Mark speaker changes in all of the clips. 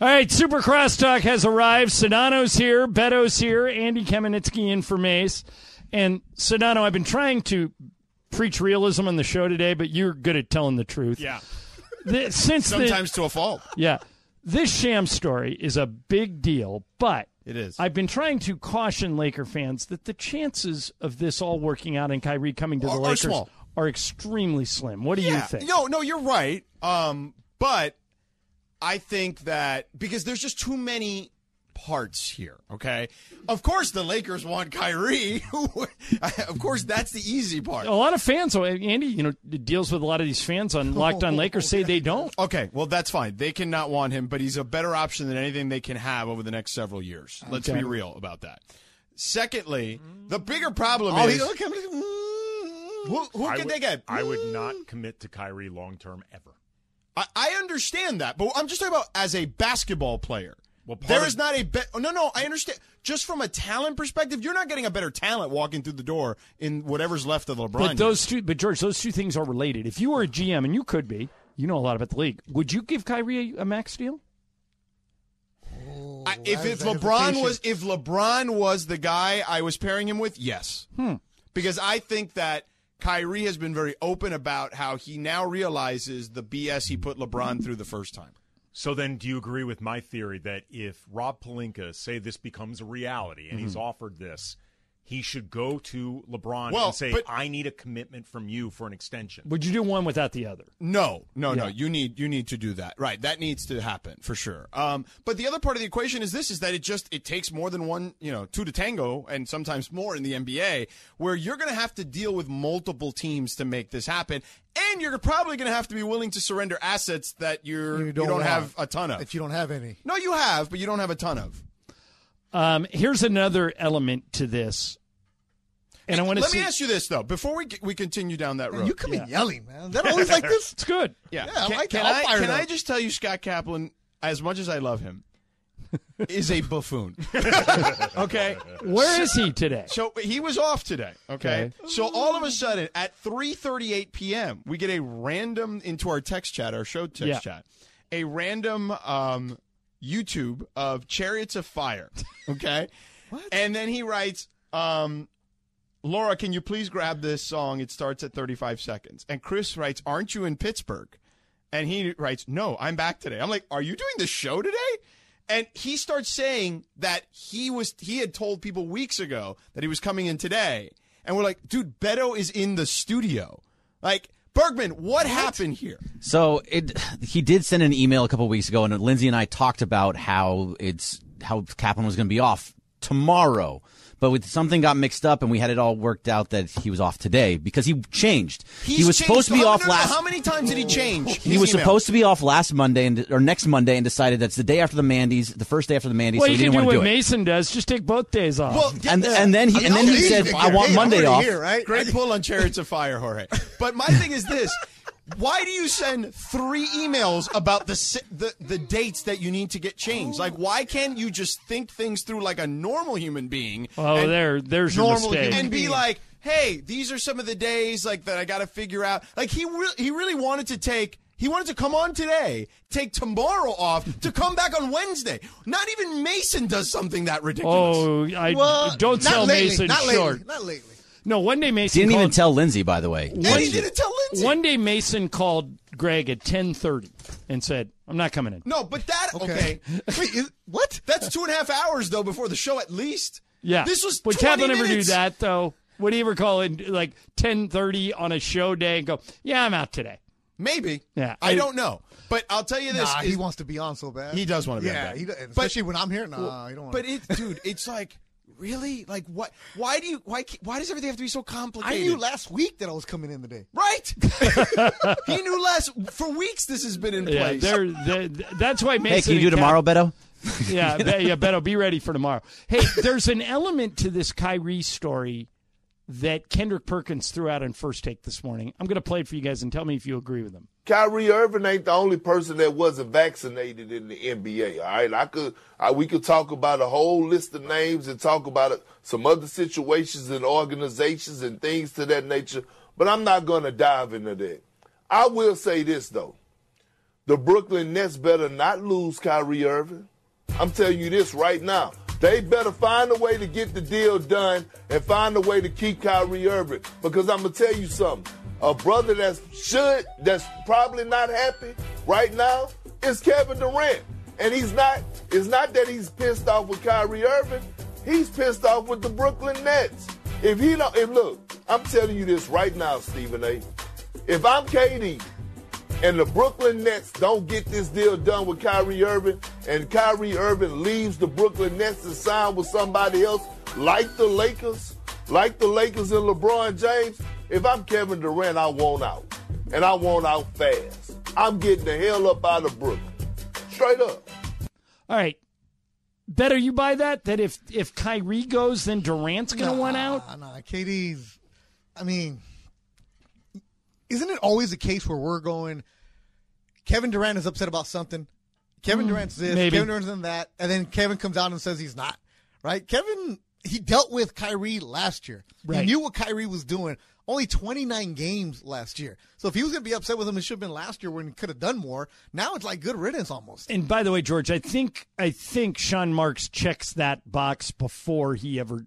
Speaker 1: All right, Super Crosstalk has arrived. Sedano's here, Beto's here, Andy Kamenitsky in for Mace. And Sedano, I've been trying to preach realism on the show today, but you're good at telling the truth.
Speaker 2: Yeah.
Speaker 1: The- since the-
Speaker 2: Sometimes to a fault.
Speaker 1: yeah. This sham story is a big deal, but
Speaker 2: It is.
Speaker 1: I've been trying to caution Laker fans that the chances of this all working out and Kyrie coming to the
Speaker 2: Are- are
Speaker 1: Lakers
Speaker 2: small.
Speaker 1: are extremely slim. What do you
Speaker 2: yeah.
Speaker 1: think?
Speaker 2: No, no, you're right. Um, but I think that because there's just too many parts here, okay? Of course the Lakers want Kyrie. of course that's the easy part.
Speaker 1: A lot of fans, Andy, you know, deals with a lot of these fans on Locked On Lakers say they don't.
Speaker 2: Okay, well that's fine. They cannot want him, but he's a better option than anything they can have over the next several years. Let's
Speaker 1: Okay.
Speaker 2: be real about that. Secondly, the bigger problem
Speaker 3: Oh,
Speaker 2: is
Speaker 3: he- look,
Speaker 2: who, who
Speaker 4: I
Speaker 2: can
Speaker 4: would-
Speaker 2: they get?
Speaker 4: I would not commit to Kyrie long term ever.
Speaker 2: I, I understand that, but I'm just talking about as a basketball player.
Speaker 4: Well, part
Speaker 2: there
Speaker 4: of-
Speaker 2: is not a bet. no, no. I understand. Just from a talent perspective, you're not getting a better talent walking through the door in whatever's left of the LeBron.
Speaker 1: But those two, but George, those two things are related. If you were a GM, and you could be, you know a lot about the league. Would you give Kyrie a, a max deal?
Speaker 2: years. I, if it's LeBron was if LeBron was the guy I was pairing him with, yes,
Speaker 1: Hmm.
Speaker 2: because I think that Kyrie has been very open about how he now realizes the BS he put LeBron through the first time.
Speaker 4: So then, do you agree with my theory that if Rob Palinka, say this becomes a reality and
Speaker 2: Mm-hmm.
Speaker 4: he's offered this, he should go to LeBron
Speaker 2: Well,
Speaker 4: and say,
Speaker 2: but-
Speaker 4: "I need a commitment from you for an extension."
Speaker 1: Would you do one without the other?
Speaker 2: No, no, no.
Speaker 1: Yeah.
Speaker 2: You need you need to do that. Right. That needs to happen for sure. Um, but the other part of the equation is this: is that it just it takes more than one, you know, two to tango, and sometimes more in the NBA, where you're going to have to deal with multiple teams to make this happen, and you're probably going to have to be willing to surrender assets that you're you don't,
Speaker 3: want.
Speaker 2: have a ton of.
Speaker 3: If you don't have any.
Speaker 2: no, you have, but you don't have a ton of.
Speaker 1: Um, here's another element to this, and I want to
Speaker 2: Let
Speaker 1: see.
Speaker 2: me ask you this though: before we we continue down that road,
Speaker 3: You come in yelling, man. Is that always like this?
Speaker 1: it's good.
Speaker 2: Yeah,
Speaker 3: Yeah, I
Speaker 2: can,
Speaker 3: like
Speaker 2: can
Speaker 3: that. I'll
Speaker 2: I
Speaker 3: fire
Speaker 2: can
Speaker 3: it
Speaker 2: I
Speaker 3: up.
Speaker 2: just tell you, Scott Kaplan, as much as I love him, is a buffoon. okay,
Speaker 1: Where is he today?
Speaker 2: so he was off today. Okay,
Speaker 1: Okay.
Speaker 2: so all of a sudden at three thirty eight p.m. we get a random into our text chat, our show text
Speaker 1: Yeah.
Speaker 2: chat, a random um, YouTube of Chariots of Fire. Okay, and then he writes. Um, Laura, can you please grab this song? It starts at 35 seconds. And Chris writes, Aren't you in Pittsburgh? And he writes, No, I'm back today. I'm like, Are you doing the show today? And he starts saying that he was he had told people weeks ago that he was coming in today. And we're like, dude, Beto is in the studio. Like, Bergman, what, happened here?
Speaker 5: So it, he did send an email a couple weeks ago, and Lindsay and I talked about how it's how Kaplan was going to be off tomorrow, but with something got mixed up, and we had it all worked out that he was off today because he changed. he
Speaker 2: He's
Speaker 5: was
Speaker 2: changed-
Speaker 5: supposed to be
Speaker 2: how-
Speaker 5: off
Speaker 2: no, no, no,
Speaker 5: last.
Speaker 2: How many times did he change?
Speaker 5: he was supposed to be off last Monday and, or next Monday, and decided that's the day after the Mandy's, the first day after the Mandy's,
Speaker 1: well,
Speaker 5: so
Speaker 1: you
Speaker 5: he
Speaker 1: can
Speaker 5: didn't
Speaker 1: do
Speaker 5: want to
Speaker 1: what
Speaker 5: do it.
Speaker 1: Mason does. Just take both days off.
Speaker 2: Well,
Speaker 5: And- and then he- and then
Speaker 2: I'll
Speaker 5: he
Speaker 2: leave
Speaker 5: said,
Speaker 2: it
Speaker 5: "I want
Speaker 2: here.
Speaker 5: Monday
Speaker 2: I'm already
Speaker 5: off."
Speaker 2: Here, right? Great pull on Chariots of Fire, Jorge. But my thing is this. Why do you send three emails about the, si- the the dates that you need to get changed? Like, why can't you just think things through like a normal human being?
Speaker 1: Oh,
Speaker 2: and-
Speaker 1: there, there's your
Speaker 2: normal
Speaker 1: mistake.
Speaker 2: and be like, hey, these are some of the days like that I got to figure out. Like he re- he really wanted to take. He wanted to come on today, take tomorrow off to come back on Wednesday. Not even Mason does something that ridiculous.
Speaker 1: oh, I
Speaker 3: Well,
Speaker 1: don't
Speaker 3: not
Speaker 1: sell
Speaker 3: lately,
Speaker 1: Mason
Speaker 3: not
Speaker 1: short.
Speaker 3: Lately, not lately.
Speaker 1: No, one day Mason
Speaker 5: Didn't even
Speaker 1: called-
Speaker 5: tell Lindsay, by the way.
Speaker 2: And he
Speaker 1: Lindsay.
Speaker 2: didn't tell Lindsay.
Speaker 1: One day Mason called Greg at 10:30 and said, "I'm not coming in."
Speaker 2: no, but that okay.
Speaker 3: Okay. Wait, is- what?
Speaker 2: That's two and a half hours though before the show at least.
Speaker 1: Yeah,
Speaker 2: this was.
Speaker 1: Would
Speaker 2: 20
Speaker 1: Kaplan ever do
Speaker 2: minutes.
Speaker 1: that though? Would he ever call in like 10:30 on a show day and go, "Yeah, I'm out today."
Speaker 2: Maybe.
Speaker 1: Yeah,
Speaker 2: I,
Speaker 1: I-
Speaker 2: don't know, but I'll tell you this:
Speaker 3: Nah,
Speaker 2: is-
Speaker 3: he wants to be on so bad.
Speaker 2: He does want to be on
Speaker 3: yeah,
Speaker 2: bad.
Speaker 3: he does-
Speaker 2: But-
Speaker 3: especially when I'm here. Nah, you don't want.
Speaker 2: But it, dude, it's like really like what? Why do you? Why? ca- Why does everything have to be so
Speaker 3: I
Speaker 2: complicated?
Speaker 3: knew last week that I was coming in today.
Speaker 2: right? he knew last for weeks. This has been in
Speaker 1: Yeah,
Speaker 2: place.
Speaker 1: they're, they're, that's why Mason.
Speaker 5: Hey, can you do
Speaker 1: and
Speaker 5: tomorrow,
Speaker 1: Cap-
Speaker 5: Beto?
Speaker 1: yeah, be- yeah, Beto, be ready for tomorrow. Hey, there's an element to this Kyrie story that Kendrick Perkins threw out in first take this morning. I'm going to play it for you guys and tell me if you agree with him.
Speaker 6: Kyrie Irving ain't the only person that wasn't vaccinated in the NBA. All right, I could, I, we could talk about a whole list of names and talk about uh, some other situations and organizations and things to that nature, but I'm not going to dive into that. I will say this though: The Brooklyn Nets better not lose Kyrie Irving. I'm telling you this right now. They better find a way to get the deal done and find a way to keep Kyrie Irving. Because I'm gonna tell you something. A brother that's should that's probably not happy right now is Kevin Durant. And he's not it's not that he's pissed off with Kyrie Irving. He's pissed off with the Brooklyn Nets. If he don't if look, I'm telling you this right now, Stephen A. If I'm KD, and the Brooklyn Nets don't get this deal done with Kyrie Irving, and Kyrie Irving leaves the Brooklyn Nets to sign with somebody else, like the Lakers, like the Lakers and LeBron James, if I'm Kevin Durant, I want out. And I want out fast. I'm getting the hell up out of Brooklyn. Straight up.
Speaker 1: All right. Better you buy that that if if Kyrie goes, then Durant's gonna want out.
Speaker 3: Nah, nah, KD's. I mean, isn't it always the case where we're going? Kevin Durant is upset about something. Kevin Durant's this.
Speaker 1: Mm, maybe.
Speaker 3: Kevin Durant's in that, and then Kevin comes out and says he's not. Right? Kevin, he dealt with Kyrie last year.
Speaker 1: Right.
Speaker 3: He knew what Kyrie was doing. Only 29 games last year. So if he was going to be upset with him, it should have been last year when he could have done more. Now it's like good riddance almost.
Speaker 1: And by the way, George, I think I think Sean Marks checks that box before he ever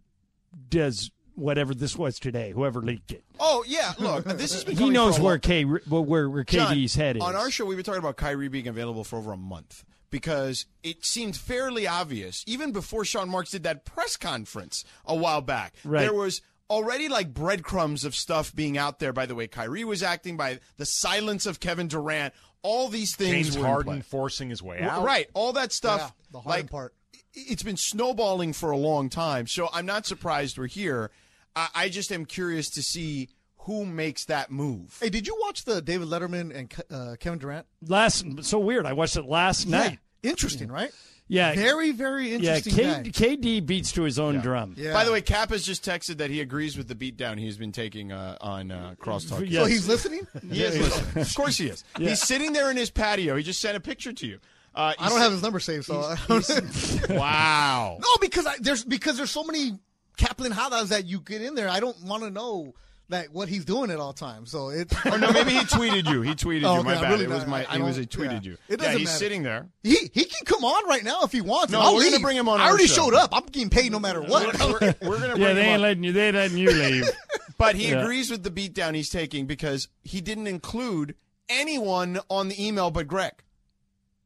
Speaker 1: does whatever this was today. Whoever leaked it,
Speaker 2: Oh yeah, look, this has been
Speaker 1: he
Speaker 2: coming
Speaker 1: knows
Speaker 2: for a
Speaker 1: where
Speaker 2: long-
Speaker 1: K where where
Speaker 2: John,
Speaker 1: KD's head is.
Speaker 2: On our show, we were talking about Kyrie being available for over a month because it seemed fairly obvious, even before Sean Marks did that press conference a while back.
Speaker 1: Right.
Speaker 2: There was already like breadcrumbs of stuff being out there by the way Kyrie was acting, by the silence of Kevin Durant. All these things
Speaker 4: James
Speaker 2: were in
Speaker 4: Harden
Speaker 2: play.
Speaker 4: forcing his way out.
Speaker 2: Right. All that stuff.
Speaker 3: Yeah, the hard
Speaker 2: like,
Speaker 3: part.
Speaker 2: i- It's been snowballing for a long time, so I'm not surprised we're here. I, I just am curious to see who makes that move.
Speaker 3: Hey, did you watch the David Letterman and Ke- uh, Kevin Durant?
Speaker 1: last so weird. I watched it last night.
Speaker 3: Yeah. Interesting, right?
Speaker 1: Yeah,
Speaker 3: Very, very
Speaker 1: yeah.
Speaker 3: interesting.
Speaker 1: K,
Speaker 3: guy.
Speaker 1: KD beats to his own drum.
Speaker 3: Yeah.
Speaker 2: By the way, Cap has just texted that he agrees with the beatdown he's been taking uh, on uh, crosstalk.
Speaker 1: Yeah.
Speaker 3: so Oh, he's listening?
Speaker 2: He is listening. of course he is. He's sitting there in his patio. He just sent a picture to you. Uh,
Speaker 3: I don't have his number saved, so I don't-
Speaker 2: Wow.
Speaker 3: No, because I, there's because there's so many Kaplan Hadas that you get in there. I don't want to know that what he's doing at all times. So it.
Speaker 2: or no, maybe he tweeted you. He tweeted
Speaker 3: Oh,
Speaker 2: you. My
Speaker 3: okay, I'm
Speaker 2: bad.
Speaker 3: really
Speaker 2: it was
Speaker 3: not-
Speaker 2: my.
Speaker 3: I
Speaker 2: It was.
Speaker 3: don't-
Speaker 2: He tweeted
Speaker 3: yeah.
Speaker 2: you.
Speaker 3: It
Speaker 2: yeah,
Speaker 3: doesn't
Speaker 2: he's
Speaker 3: matter.
Speaker 2: sitting there.
Speaker 3: He he can come on right now if he wants.
Speaker 2: No,
Speaker 3: and I'll
Speaker 2: we're gonna
Speaker 3: leave.
Speaker 2: bring him on
Speaker 3: I
Speaker 2: our
Speaker 3: already
Speaker 2: show.
Speaker 3: showed up. I'm getting paid no matter what.
Speaker 2: We're, we're- we're gonna bring
Speaker 1: Yeah, they
Speaker 2: him
Speaker 1: ain't
Speaker 2: on.
Speaker 1: letting you. They ain't letting you leave.
Speaker 2: But he
Speaker 1: Yeah.
Speaker 2: agrees with the beatdown he's taking because he didn't include anyone on the email but Greg.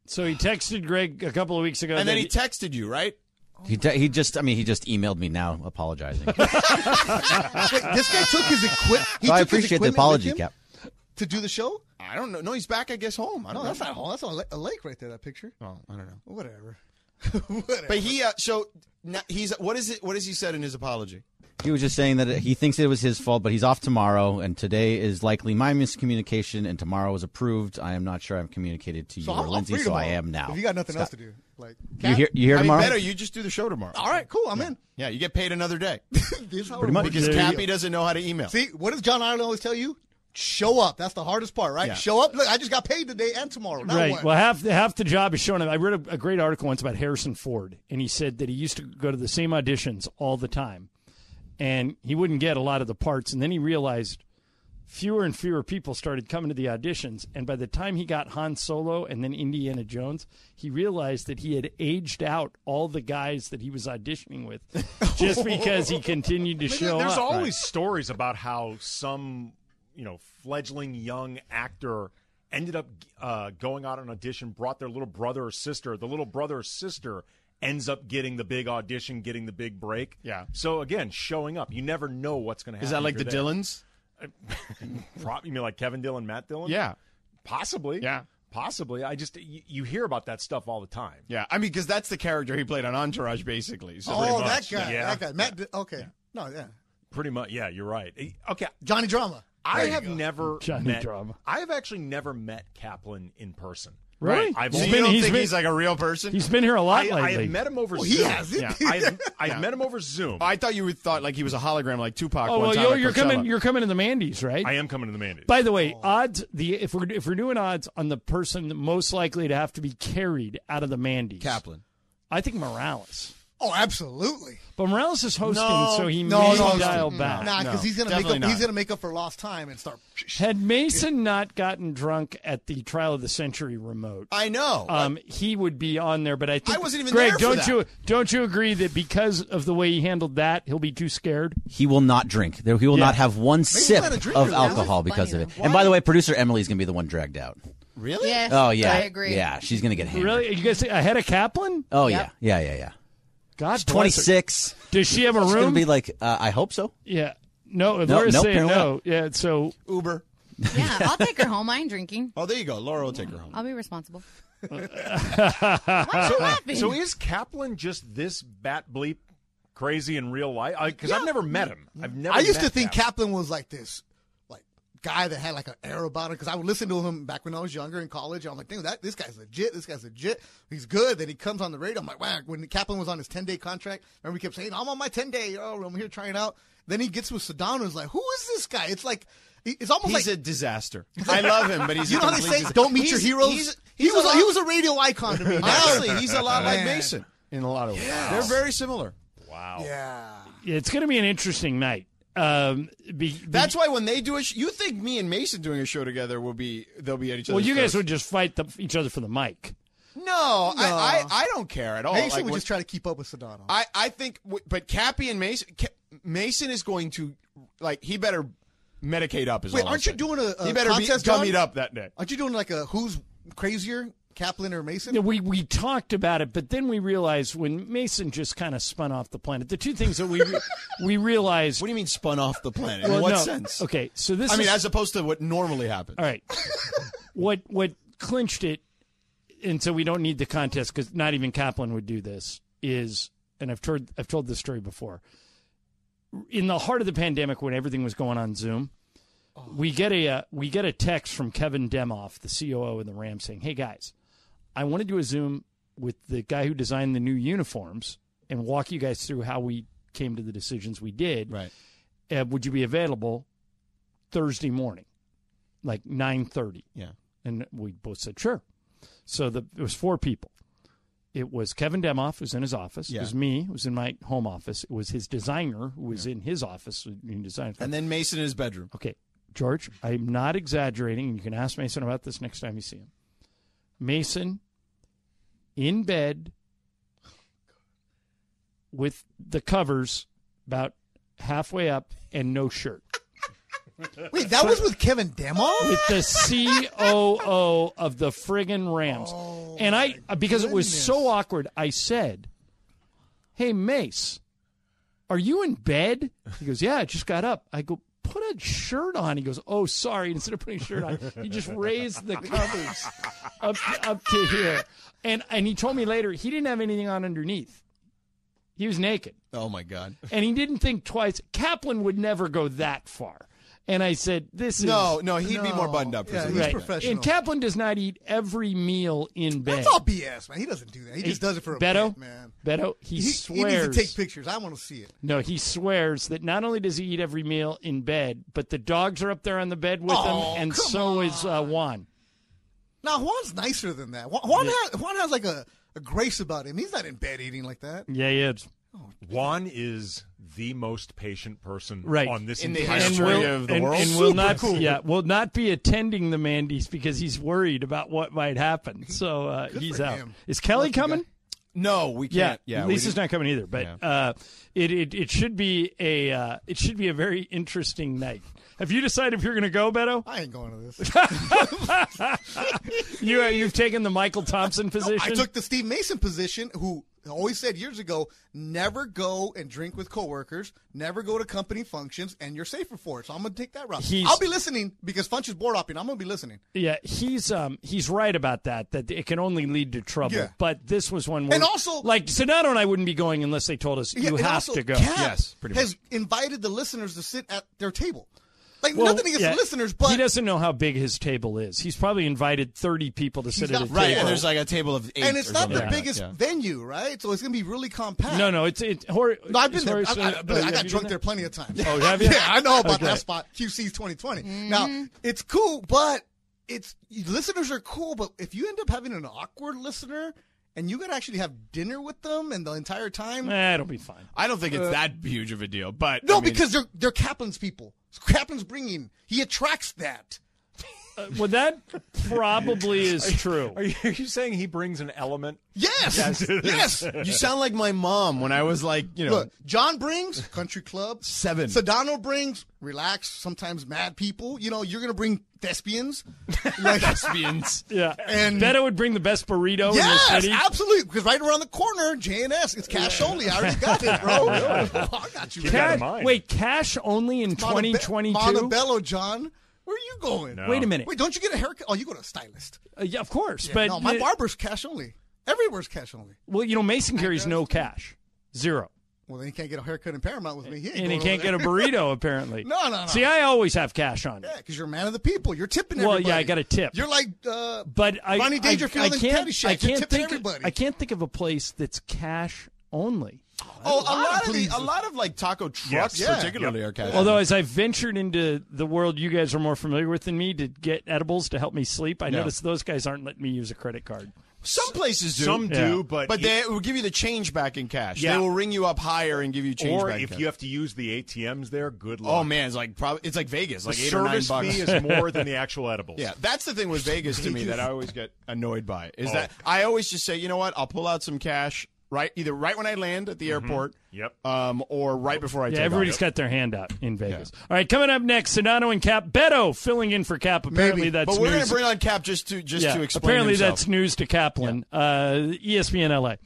Speaker 1: so he texted Greg a couple of weeks ago.
Speaker 2: And then
Speaker 1: that
Speaker 2: he texted you, right?
Speaker 5: He, te- he just, I mean, he just emailed me now apologizing.
Speaker 3: Wait, this guy took his equipment.
Speaker 5: so I appreciate the apology, Cap.
Speaker 3: To do the show?
Speaker 2: I don't know. No, he's back. I guess home. I don't
Speaker 3: No,
Speaker 2: know.
Speaker 3: that's not home. That's on a la- a lake right there. That picture.
Speaker 2: Oh, I don't know.
Speaker 3: Whatever. Whatever.
Speaker 2: But he uh, so now he's what is it? What has he said in his apology?
Speaker 5: He was just saying that he thinks it was his fault, but he's off tomorrow, and today is likely my miscommunication, and tomorrow was approved. I am not sure I've communicated to you
Speaker 3: so
Speaker 5: or
Speaker 3: I'm, I'm
Speaker 5: Lindsay,
Speaker 3: free
Speaker 5: so I
Speaker 3: tomorrow.
Speaker 5: am now.
Speaker 3: If you got nothing else to do, like
Speaker 5: You here, you here
Speaker 2: I mean,
Speaker 5: tomorrow?
Speaker 2: better you just do the show tomorrow.
Speaker 3: All right, cool. I'm in.
Speaker 2: Yeah, you get paid another day
Speaker 3: This is how
Speaker 5: Pretty
Speaker 3: we're-
Speaker 5: much.
Speaker 2: because
Speaker 1: There you
Speaker 2: Cappy doesn't know how to email.
Speaker 3: See, what does John Ireland always tell you? Show up. That's the hardest part, right?
Speaker 2: Yeah.
Speaker 3: Show up. Look, I just got paid today and tomorrow. Now
Speaker 1: right.
Speaker 3: what?
Speaker 1: Well, half the, half the job is showing up. I read a, a great article once about Harrison Ford, and he said that he used to go to the same auditions all the time, and he wouldn't get a lot of the parts. And then he realized fewer and fewer people started coming to the auditions. And by the time he got Han Solo and then Indiana Jones, he realized that he had aged out all the guys that he was auditioning with, just because he continued to show
Speaker 4: There's
Speaker 1: up.
Speaker 4: always stories about how some, you know, fledgling young actor ended up uh, going out on an audition, brought their little brother or sister. The little brother or sister ends up getting the big audition, getting the big break.
Speaker 2: Yeah.
Speaker 4: So again, showing up, you never know what's going to happen.
Speaker 2: Is that like the
Speaker 4: if you're
Speaker 2: Dylans?
Speaker 4: there. Pro- you mean like Kevin Dillon, Matt Dillon?
Speaker 2: Yeah,
Speaker 4: Possibly.
Speaker 2: Yeah.
Speaker 4: Possibly. I just you, you hear about that stuff all the time.
Speaker 2: yeah. I mean, because that's the character he played on Entourage, basically. So
Speaker 3: oh,
Speaker 4: much.
Speaker 3: that guy.
Speaker 4: Yeah.
Speaker 3: That guy. Matt. Di- okay. No, yeah.
Speaker 4: Pretty much. Yeah, you're right. Eh, Okay,
Speaker 3: Johnny Drama.
Speaker 4: I have never
Speaker 1: Johnny
Speaker 4: met.
Speaker 1: Drama.
Speaker 4: I have actually never met Kaplan in person.
Speaker 1: Really?
Speaker 4: I've
Speaker 2: So
Speaker 1: He's
Speaker 4: only-
Speaker 2: you
Speaker 1: been-
Speaker 2: don't
Speaker 1: he's
Speaker 2: think
Speaker 1: been-
Speaker 2: he's like a real person?
Speaker 1: He's been here a lot
Speaker 4: I, I
Speaker 1: lately.
Speaker 4: have met him over
Speaker 3: Well,
Speaker 4: Zoom.
Speaker 3: he has it.
Speaker 4: Yeah. I've, I've met him over Zoom.
Speaker 2: Oh, I thought you would thought like he was a hologram, like Tupac.
Speaker 1: oh
Speaker 2: one
Speaker 1: well,
Speaker 2: time
Speaker 1: you're,
Speaker 2: at
Speaker 1: you're
Speaker 2: Coachella.
Speaker 1: coming. You're coming to the Mandy's, right?
Speaker 4: I am coming to the Mandates.
Speaker 1: By the
Speaker 2: Oh.
Speaker 1: way, odds the if we're if we're doing odds on the person most likely to have to be carried out of the Mandy's,
Speaker 2: Kaplan.
Speaker 1: I think Morales.
Speaker 3: Oh, absolutely.
Speaker 1: But Morales is hosting,
Speaker 4: No.
Speaker 1: so he
Speaker 3: No,
Speaker 1: may
Speaker 3: no, no.
Speaker 1: dial
Speaker 4: Mm-hmm.
Speaker 1: back.
Speaker 3: Nah, because
Speaker 2: No,
Speaker 3: he's gonna make
Speaker 2: definitely
Speaker 3: up.
Speaker 2: not.
Speaker 3: He's gonna make up for lost time and start.
Speaker 1: Had Mason not gotten drunk at the trial of the century remote,
Speaker 2: I know.
Speaker 1: um, he would be on there. But I think
Speaker 2: I wasn't even
Speaker 1: Greg,
Speaker 2: there for
Speaker 1: don't
Speaker 2: that.
Speaker 1: you don't you agree that because of the way he handled that, he'll be too scared?
Speaker 5: He will not drink. There- He will
Speaker 1: Yeah.
Speaker 5: not have one sip
Speaker 3: not a drinker,
Speaker 5: of
Speaker 3: though.
Speaker 5: alcohol because of it. And by the way, producer Emily's gonna be the one dragged out.
Speaker 2: really?
Speaker 7: Yes,
Speaker 5: Oh yeah,
Speaker 7: I agree.
Speaker 5: Yeah, she's gonna get hammered.
Speaker 1: Really? You guys think ahead of Kaplan?
Speaker 5: Oh yeah, yeah, yeah, yeah.
Speaker 1: God, bless her.
Speaker 5: Twenty six.
Speaker 1: Does she have a
Speaker 5: She's gonna
Speaker 1: room?
Speaker 5: be like, uh, I hope so.
Speaker 1: yeah. No,
Speaker 5: No,
Speaker 1: Laura's
Speaker 5: no,
Speaker 1: saying
Speaker 5: apparently
Speaker 1: no. Yeah. So
Speaker 2: Uber.
Speaker 7: Yeah, I'll take her home. I ain't drinking.
Speaker 2: Oh, there you go. Laura will take her home.
Speaker 7: I'll be responsible. Why are you laughing?
Speaker 4: So is Kaplan just this bat bleep crazy in real life? Because I've never met him. I've never.
Speaker 3: I used to
Speaker 4: met
Speaker 3: think
Speaker 4: Kaplan.
Speaker 3: Kaplan was like this, like guy that had like an air about him because I would listen to him back when I was younger in college. I'm like, dang, that this guy's legit. This guy's legit. He's good. Then he comes on the radio. I'm like, wow. When Kaplan was on his 10 day contract, remember we kept saying, I'm on my 10 day. Oh, I'm here trying out. Then he gets with Sedano. and is like, who is this guy? It's like, it's almost
Speaker 2: He's
Speaker 3: like
Speaker 2: a disaster. I love him, but he's
Speaker 3: you
Speaker 2: a
Speaker 3: know how they
Speaker 2: complete
Speaker 3: say,
Speaker 2: dis-
Speaker 3: "Don't meet your
Speaker 2: He's-
Speaker 3: heroes."
Speaker 2: he's-
Speaker 3: he
Speaker 2: he's
Speaker 3: was
Speaker 2: a lot-
Speaker 3: he was a radio icon to me.
Speaker 2: honestly, he's a lot like
Speaker 3: Man.
Speaker 2: Mason in a lot of ways. They're very similar.
Speaker 3: yeah.
Speaker 1: yeah, it's going to be an interesting night. Um, be, be-
Speaker 2: That's why when they do a, sh- you think me and Mason doing a show together will be they'll be at each other.
Speaker 1: well, you guys would just fight the, each other for the mic.
Speaker 2: No, I, I I don't care at all.
Speaker 3: Mason
Speaker 2: Like,
Speaker 3: would
Speaker 2: when-
Speaker 3: just try to keep up with Sedano.
Speaker 2: I I think, w- but Cappy and Mason Ca- Mason is going to like he better medicate up. Is
Speaker 3: Wait,
Speaker 2: all I'm
Speaker 3: aren't you
Speaker 2: saying.
Speaker 3: doing a, a
Speaker 2: he better
Speaker 3: contest?
Speaker 2: be
Speaker 3: John?
Speaker 2: gummied up that day.
Speaker 3: Aren't you doing like a who's crazier, Kaplan or Mason?
Speaker 1: Yeah, we we talked about it, but then we realized when Mason just kind of spun off the planet. The two things that we re- we realized.
Speaker 2: What do you mean spun off the planet? In
Speaker 1: Well,
Speaker 2: what
Speaker 1: no.
Speaker 2: sense?
Speaker 1: Okay, so this
Speaker 2: I mean,
Speaker 1: is,
Speaker 2: as opposed to what normally happens.
Speaker 1: all right. what what clinched it, and so we don't need the contest because not even Kaplan would do this. Is and I've told I've told this story before. In the heart of the pandemic, when everything was going on Zoom, we get a uh, we get a text from Kevin Demoff, the COO in the Rams, saying, "Hey guys, I want to do a Zoom with the guy who designed the new uniforms and walk you guys through how we came to the decisions we did.
Speaker 2: Right.
Speaker 1: Uh, would you be available Thursday morning, like nine thirty?
Speaker 2: Yeah.
Speaker 1: And we both said sure. So the it was four people. It was Kevin Demoff who's in his office.
Speaker 2: Yeah.
Speaker 1: It was me who was in my home office. It was his designer who was in his office. who designed.
Speaker 2: And then Mason in his bedroom.
Speaker 1: Okay, George, I'm not exaggerating. You can ask Mason about this next time you see him. Mason in bed with the covers about halfway up and no shirt.
Speaker 3: Wait, that was with Kevin Demo?
Speaker 1: With the COO of the friggin' Rams.
Speaker 3: Oh
Speaker 1: and I, because it was so awkward, I said, Hey, Mace, are you in bed? He goes, Yeah, I just got up. I go, Put a shirt on. He goes, Oh, sorry. Instead of putting a shirt on, he just raised the covers up, up to here. And, and he told me later he didn't have anything on underneath, he was naked
Speaker 2: Oh my God.
Speaker 1: and he didn't think twice. Kaplan would never go that far. And I said, "This is
Speaker 2: No, no, he'd be more buttoned up. For
Speaker 3: Yeah,
Speaker 2: something
Speaker 3: he's
Speaker 2: like
Speaker 1: right.
Speaker 2: that.
Speaker 3: professional.
Speaker 1: And Kaplan does not eat every meal in bed.
Speaker 3: That's all BS, man. He doesn't do that. He just does it for a
Speaker 1: Beto,
Speaker 3: bit, man.
Speaker 1: Beto, he,
Speaker 3: He, he
Speaker 1: swears.
Speaker 3: needs to take pictures. I want to see it.
Speaker 1: no, he swears that not only does he eat every meal in bed, but the dogs are up there on the bed with
Speaker 3: Oh,
Speaker 1: him, and
Speaker 3: come
Speaker 1: so is uh, Juan.
Speaker 3: Now Juan's nicer than that. Juan, Juan, has, Juan has like a, a grace about him. He's not in bed eating like that.
Speaker 1: Yeah, he is.
Speaker 4: Juan is the most patient person
Speaker 1: Right.
Speaker 4: on this
Speaker 2: In the
Speaker 4: entire
Speaker 1: And
Speaker 2: history
Speaker 1: will,
Speaker 2: of the
Speaker 1: and-
Speaker 2: world.
Speaker 1: and will
Speaker 2: Super
Speaker 1: not,
Speaker 2: cool.
Speaker 1: yeah, will not be attending the Mandy's because he's worried about what might happen. So uh, he's
Speaker 3: for
Speaker 1: out.
Speaker 3: him.
Speaker 1: Is Kelly coming?
Speaker 2: No, we
Speaker 1: Yeah,
Speaker 2: can't. Yeah, we
Speaker 1: Lisa's
Speaker 2: didn't-
Speaker 1: not coming either. But uh, it, it it should be a uh, it should be a very interesting night. Have you decided if you're going to go, Beto?
Speaker 3: I ain't going to this.
Speaker 1: You uh, you've taken the Michael Thompson
Speaker 3: I
Speaker 1: position.
Speaker 3: took the Steve Mason position, who always said years ago, never go and drink with coworkers, never go to company functions, and you're safer for it. So I'm gonna take that route.
Speaker 1: He's-
Speaker 3: I'll be listening because Funch is board hopping. I'm gonna be listening.
Speaker 1: yeah, he's um he's right about that. That it can only lead to trouble.
Speaker 3: Yeah.
Speaker 1: But this was one where
Speaker 3: And also-
Speaker 1: like Sedano and I wouldn't be going unless they told us
Speaker 3: Yeah,
Speaker 1: you
Speaker 3: and
Speaker 1: have
Speaker 3: also,
Speaker 1: to go.
Speaker 3: Cap
Speaker 2: Yes, pretty
Speaker 3: has invited the listeners to sit at their table. Like
Speaker 1: Well,
Speaker 3: nothing against
Speaker 1: yeah,
Speaker 3: the listeners, but
Speaker 1: he doesn't know how big his table is. He's probably invited thirty people to sit
Speaker 3: not-
Speaker 1: at a
Speaker 2: Right,
Speaker 1: table.
Speaker 2: and there's like a table of eight.
Speaker 3: and it's
Speaker 2: or
Speaker 3: not
Speaker 2: something
Speaker 3: the
Speaker 2: like that,
Speaker 3: biggest
Speaker 2: yeah.
Speaker 3: venue, right? So it's gonna be really compact.
Speaker 1: no, no, it's it. Hor-
Speaker 3: No, I've been
Speaker 1: is
Speaker 3: there. I,
Speaker 1: Horace-
Speaker 3: I- I-
Speaker 1: oh,
Speaker 3: I
Speaker 1: have
Speaker 3: got
Speaker 1: you
Speaker 3: drunk
Speaker 1: been
Speaker 3: there plenty of times.
Speaker 1: Oh, have you?
Speaker 3: yeah, I know about
Speaker 1: Okay. Mm-hmm.
Speaker 3: that spot. QC's 2020. Now, it's cool, but it's listeners are cool, but if you end up having an awkward listener and you could actually have dinner with them and the entire time.
Speaker 1: Eh, it'll be fine.
Speaker 2: I don't think it's
Speaker 3: Uh,
Speaker 2: that huge of a deal, but
Speaker 3: No,
Speaker 2: I mean-
Speaker 3: because they're they're Kaplan's people. Kaplan's bringing. He attracts that.
Speaker 1: well, that probably is true.
Speaker 4: Are you, are you saying he brings an element?
Speaker 3: Yes, yes.
Speaker 2: you sound like my mom when I was like, you know,
Speaker 3: Look, John brings country club
Speaker 2: Seven.
Speaker 3: Sedano brings relax. Sometimes mad people. You know, you're gonna bring thespians. Like,
Speaker 2: lesbians.
Speaker 1: Yeah,
Speaker 3: And-
Speaker 1: Beto would bring the best burrito in the
Speaker 3: Yes,
Speaker 1: city.
Speaker 3: absolutely. Because right around the corner, J and S. It's cash only. I already got it, bro. I got you.
Speaker 4: that
Speaker 1: Cash,
Speaker 4: in mind.
Speaker 1: wait, cash only in
Speaker 3: Monte-
Speaker 1: 2022?
Speaker 3: Montebello, John. Where are you going?
Speaker 1: Wait a minute.
Speaker 3: Wait, don't you get a haircut? Oh, you go to a stylist.
Speaker 1: Uh, yeah, of course, but
Speaker 3: no, my
Speaker 1: uh,
Speaker 3: barber's cash only. Everywhere's cash only.
Speaker 1: well, you know, Mason carries no cash, zero,
Speaker 3: Well, then he can't get a haircut in Paramount with me. He ain't
Speaker 1: and he
Speaker 3: going
Speaker 1: can't
Speaker 3: over
Speaker 1: get a
Speaker 3: there.
Speaker 1: burrito apparently.
Speaker 3: No, no, no.
Speaker 1: See, I always have cash on me.
Speaker 3: Yeah, because you're a man of the people. You're tipping
Speaker 1: Well,
Speaker 3: everybody.
Speaker 1: yeah, I got a tip.
Speaker 3: You're like uh,
Speaker 1: But I,
Speaker 3: Ronnie
Speaker 1: I-
Speaker 3: Dangerfield
Speaker 1: I
Speaker 3: and
Speaker 1: can't,
Speaker 3: Caddyshack.
Speaker 1: I
Speaker 3: You're
Speaker 1: can't
Speaker 3: tipping
Speaker 1: think.
Speaker 3: everybody.
Speaker 1: I can't think of a place that's cash only.
Speaker 2: Oh, a lot of the,
Speaker 3: places.
Speaker 2: a lot of like taco trucks,
Speaker 3: Yeah.
Speaker 2: particularly are cash.
Speaker 1: Although, as I ventured into the world you guys are more familiar with than me to get edibles to help me sleep, I
Speaker 2: Yeah.
Speaker 1: noticed those guys aren't letting me use a credit card.
Speaker 2: some places do,
Speaker 4: Some
Speaker 1: Yeah.
Speaker 4: do, but
Speaker 2: but
Speaker 4: it-
Speaker 2: they will give you the change back in cash.
Speaker 4: Yeah.
Speaker 2: They will ring you up higher and give you change
Speaker 4: or
Speaker 2: back. in
Speaker 4: if
Speaker 2: cash.
Speaker 4: you have to use the ATMs there, good luck.
Speaker 2: oh man, it's like probably it's like Vegas,
Speaker 4: the
Speaker 2: like eight or nine
Speaker 4: service
Speaker 2: bucks.
Speaker 4: fee is more than the actual edibles.
Speaker 2: Yeah, that's the thing with Vegas to me that I always get annoyed by
Speaker 1: Oh.
Speaker 2: is that I always just say, you know what, I'll pull out some cash right either right when I land at the airport,
Speaker 4: Yep.
Speaker 2: um, or right before I
Speaker 1: Mm-hmm. Yeah,
Speaker 2: take
Speaker 1: everybody's
Speaker 2: off.
Speaker 1: got their hand out in Vegas. All right, coming up next, Sedano and Cap. Beto filling in for Cap. Apparently,
Speaker 3: Maybe,
Speaker 1: that's
Speaker 2: But we're
Speaker 1: news.
Speaker 2: gonna bring on Cap just to just
Speaker 1: yeah,
Speaker 2: to explain.
Speaker 1: apparently
Speaker 2: himself.
Speaker 1: that's news to Kaplan. Uh, ESPN LA.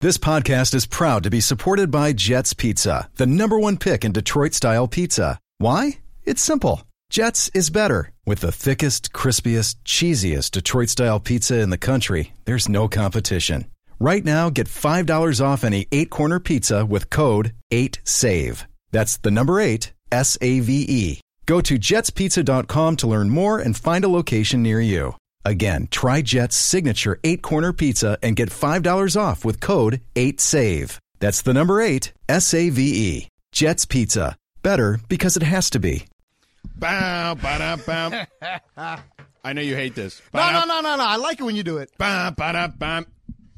Speaker 8: This podcast is proud to be supported by Jets Pizza, the number one pick in Detroit style pizza. Why? It's simple. Jets is better. With the thickest, crispiest, cheesiest Detroit style pizza in the country, there's no competition. Right now, get $5 off any eight corner pizza with code 8SAVE. That's the number eight, S A V E. Go to jetspizza.com to learn more and find a location near you. Again, try Jet's signature eight corner pizza and get $5 off with code 8SAVE. That's the number eight, S A V E. Jet's Pizza. Better because it has to be.
Speaker 2: Bow, ba-da, bow. I know you hate this.
Speaker 3: no, no, no, no, no. I like it when you do it.
Speaker 2: Bam, ba-da, bam.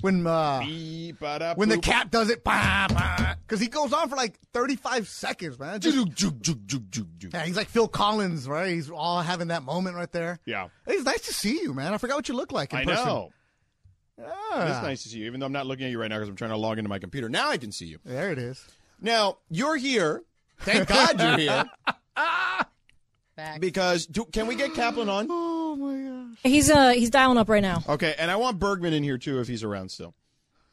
Speaker 3: When uh,
Speaker 2: Ee, ba-da,
Speaker 3: when the
Speaker 2: boop.
Speaker 3: cap does it, because he goes on for like 35 seconds, man. Just-
Speaker 2: Juk, juk, juk, juk, juk, juk.
Speaker 3: yeah, he's like Phil Collins, right? He's all having that moment right there.
Speaker 2: Yeah.
Speaker 3: It's nice to see you, man. I forgot what you look like Ah. in
Speaker 2: I
Speaker 3: person.
Speaker 2: know.
Speaker 3: Yeah.
Speaker 2: It's nice to see you, even though I'm not looking at you right now because I'm trying to log into my computer. Now I can see you.
Speaker 3: There it is.
Speaker 2: Now you're here. Thank God you're here.
Speaker 7: Back.
Speaker 2: Because do, can we get Kaplan on?
Speaker 3: Oh my
Speaker 9: He's uh he's dialing up right now.
Speaker 2: Okay, and I want Bergman in here too if he's around still.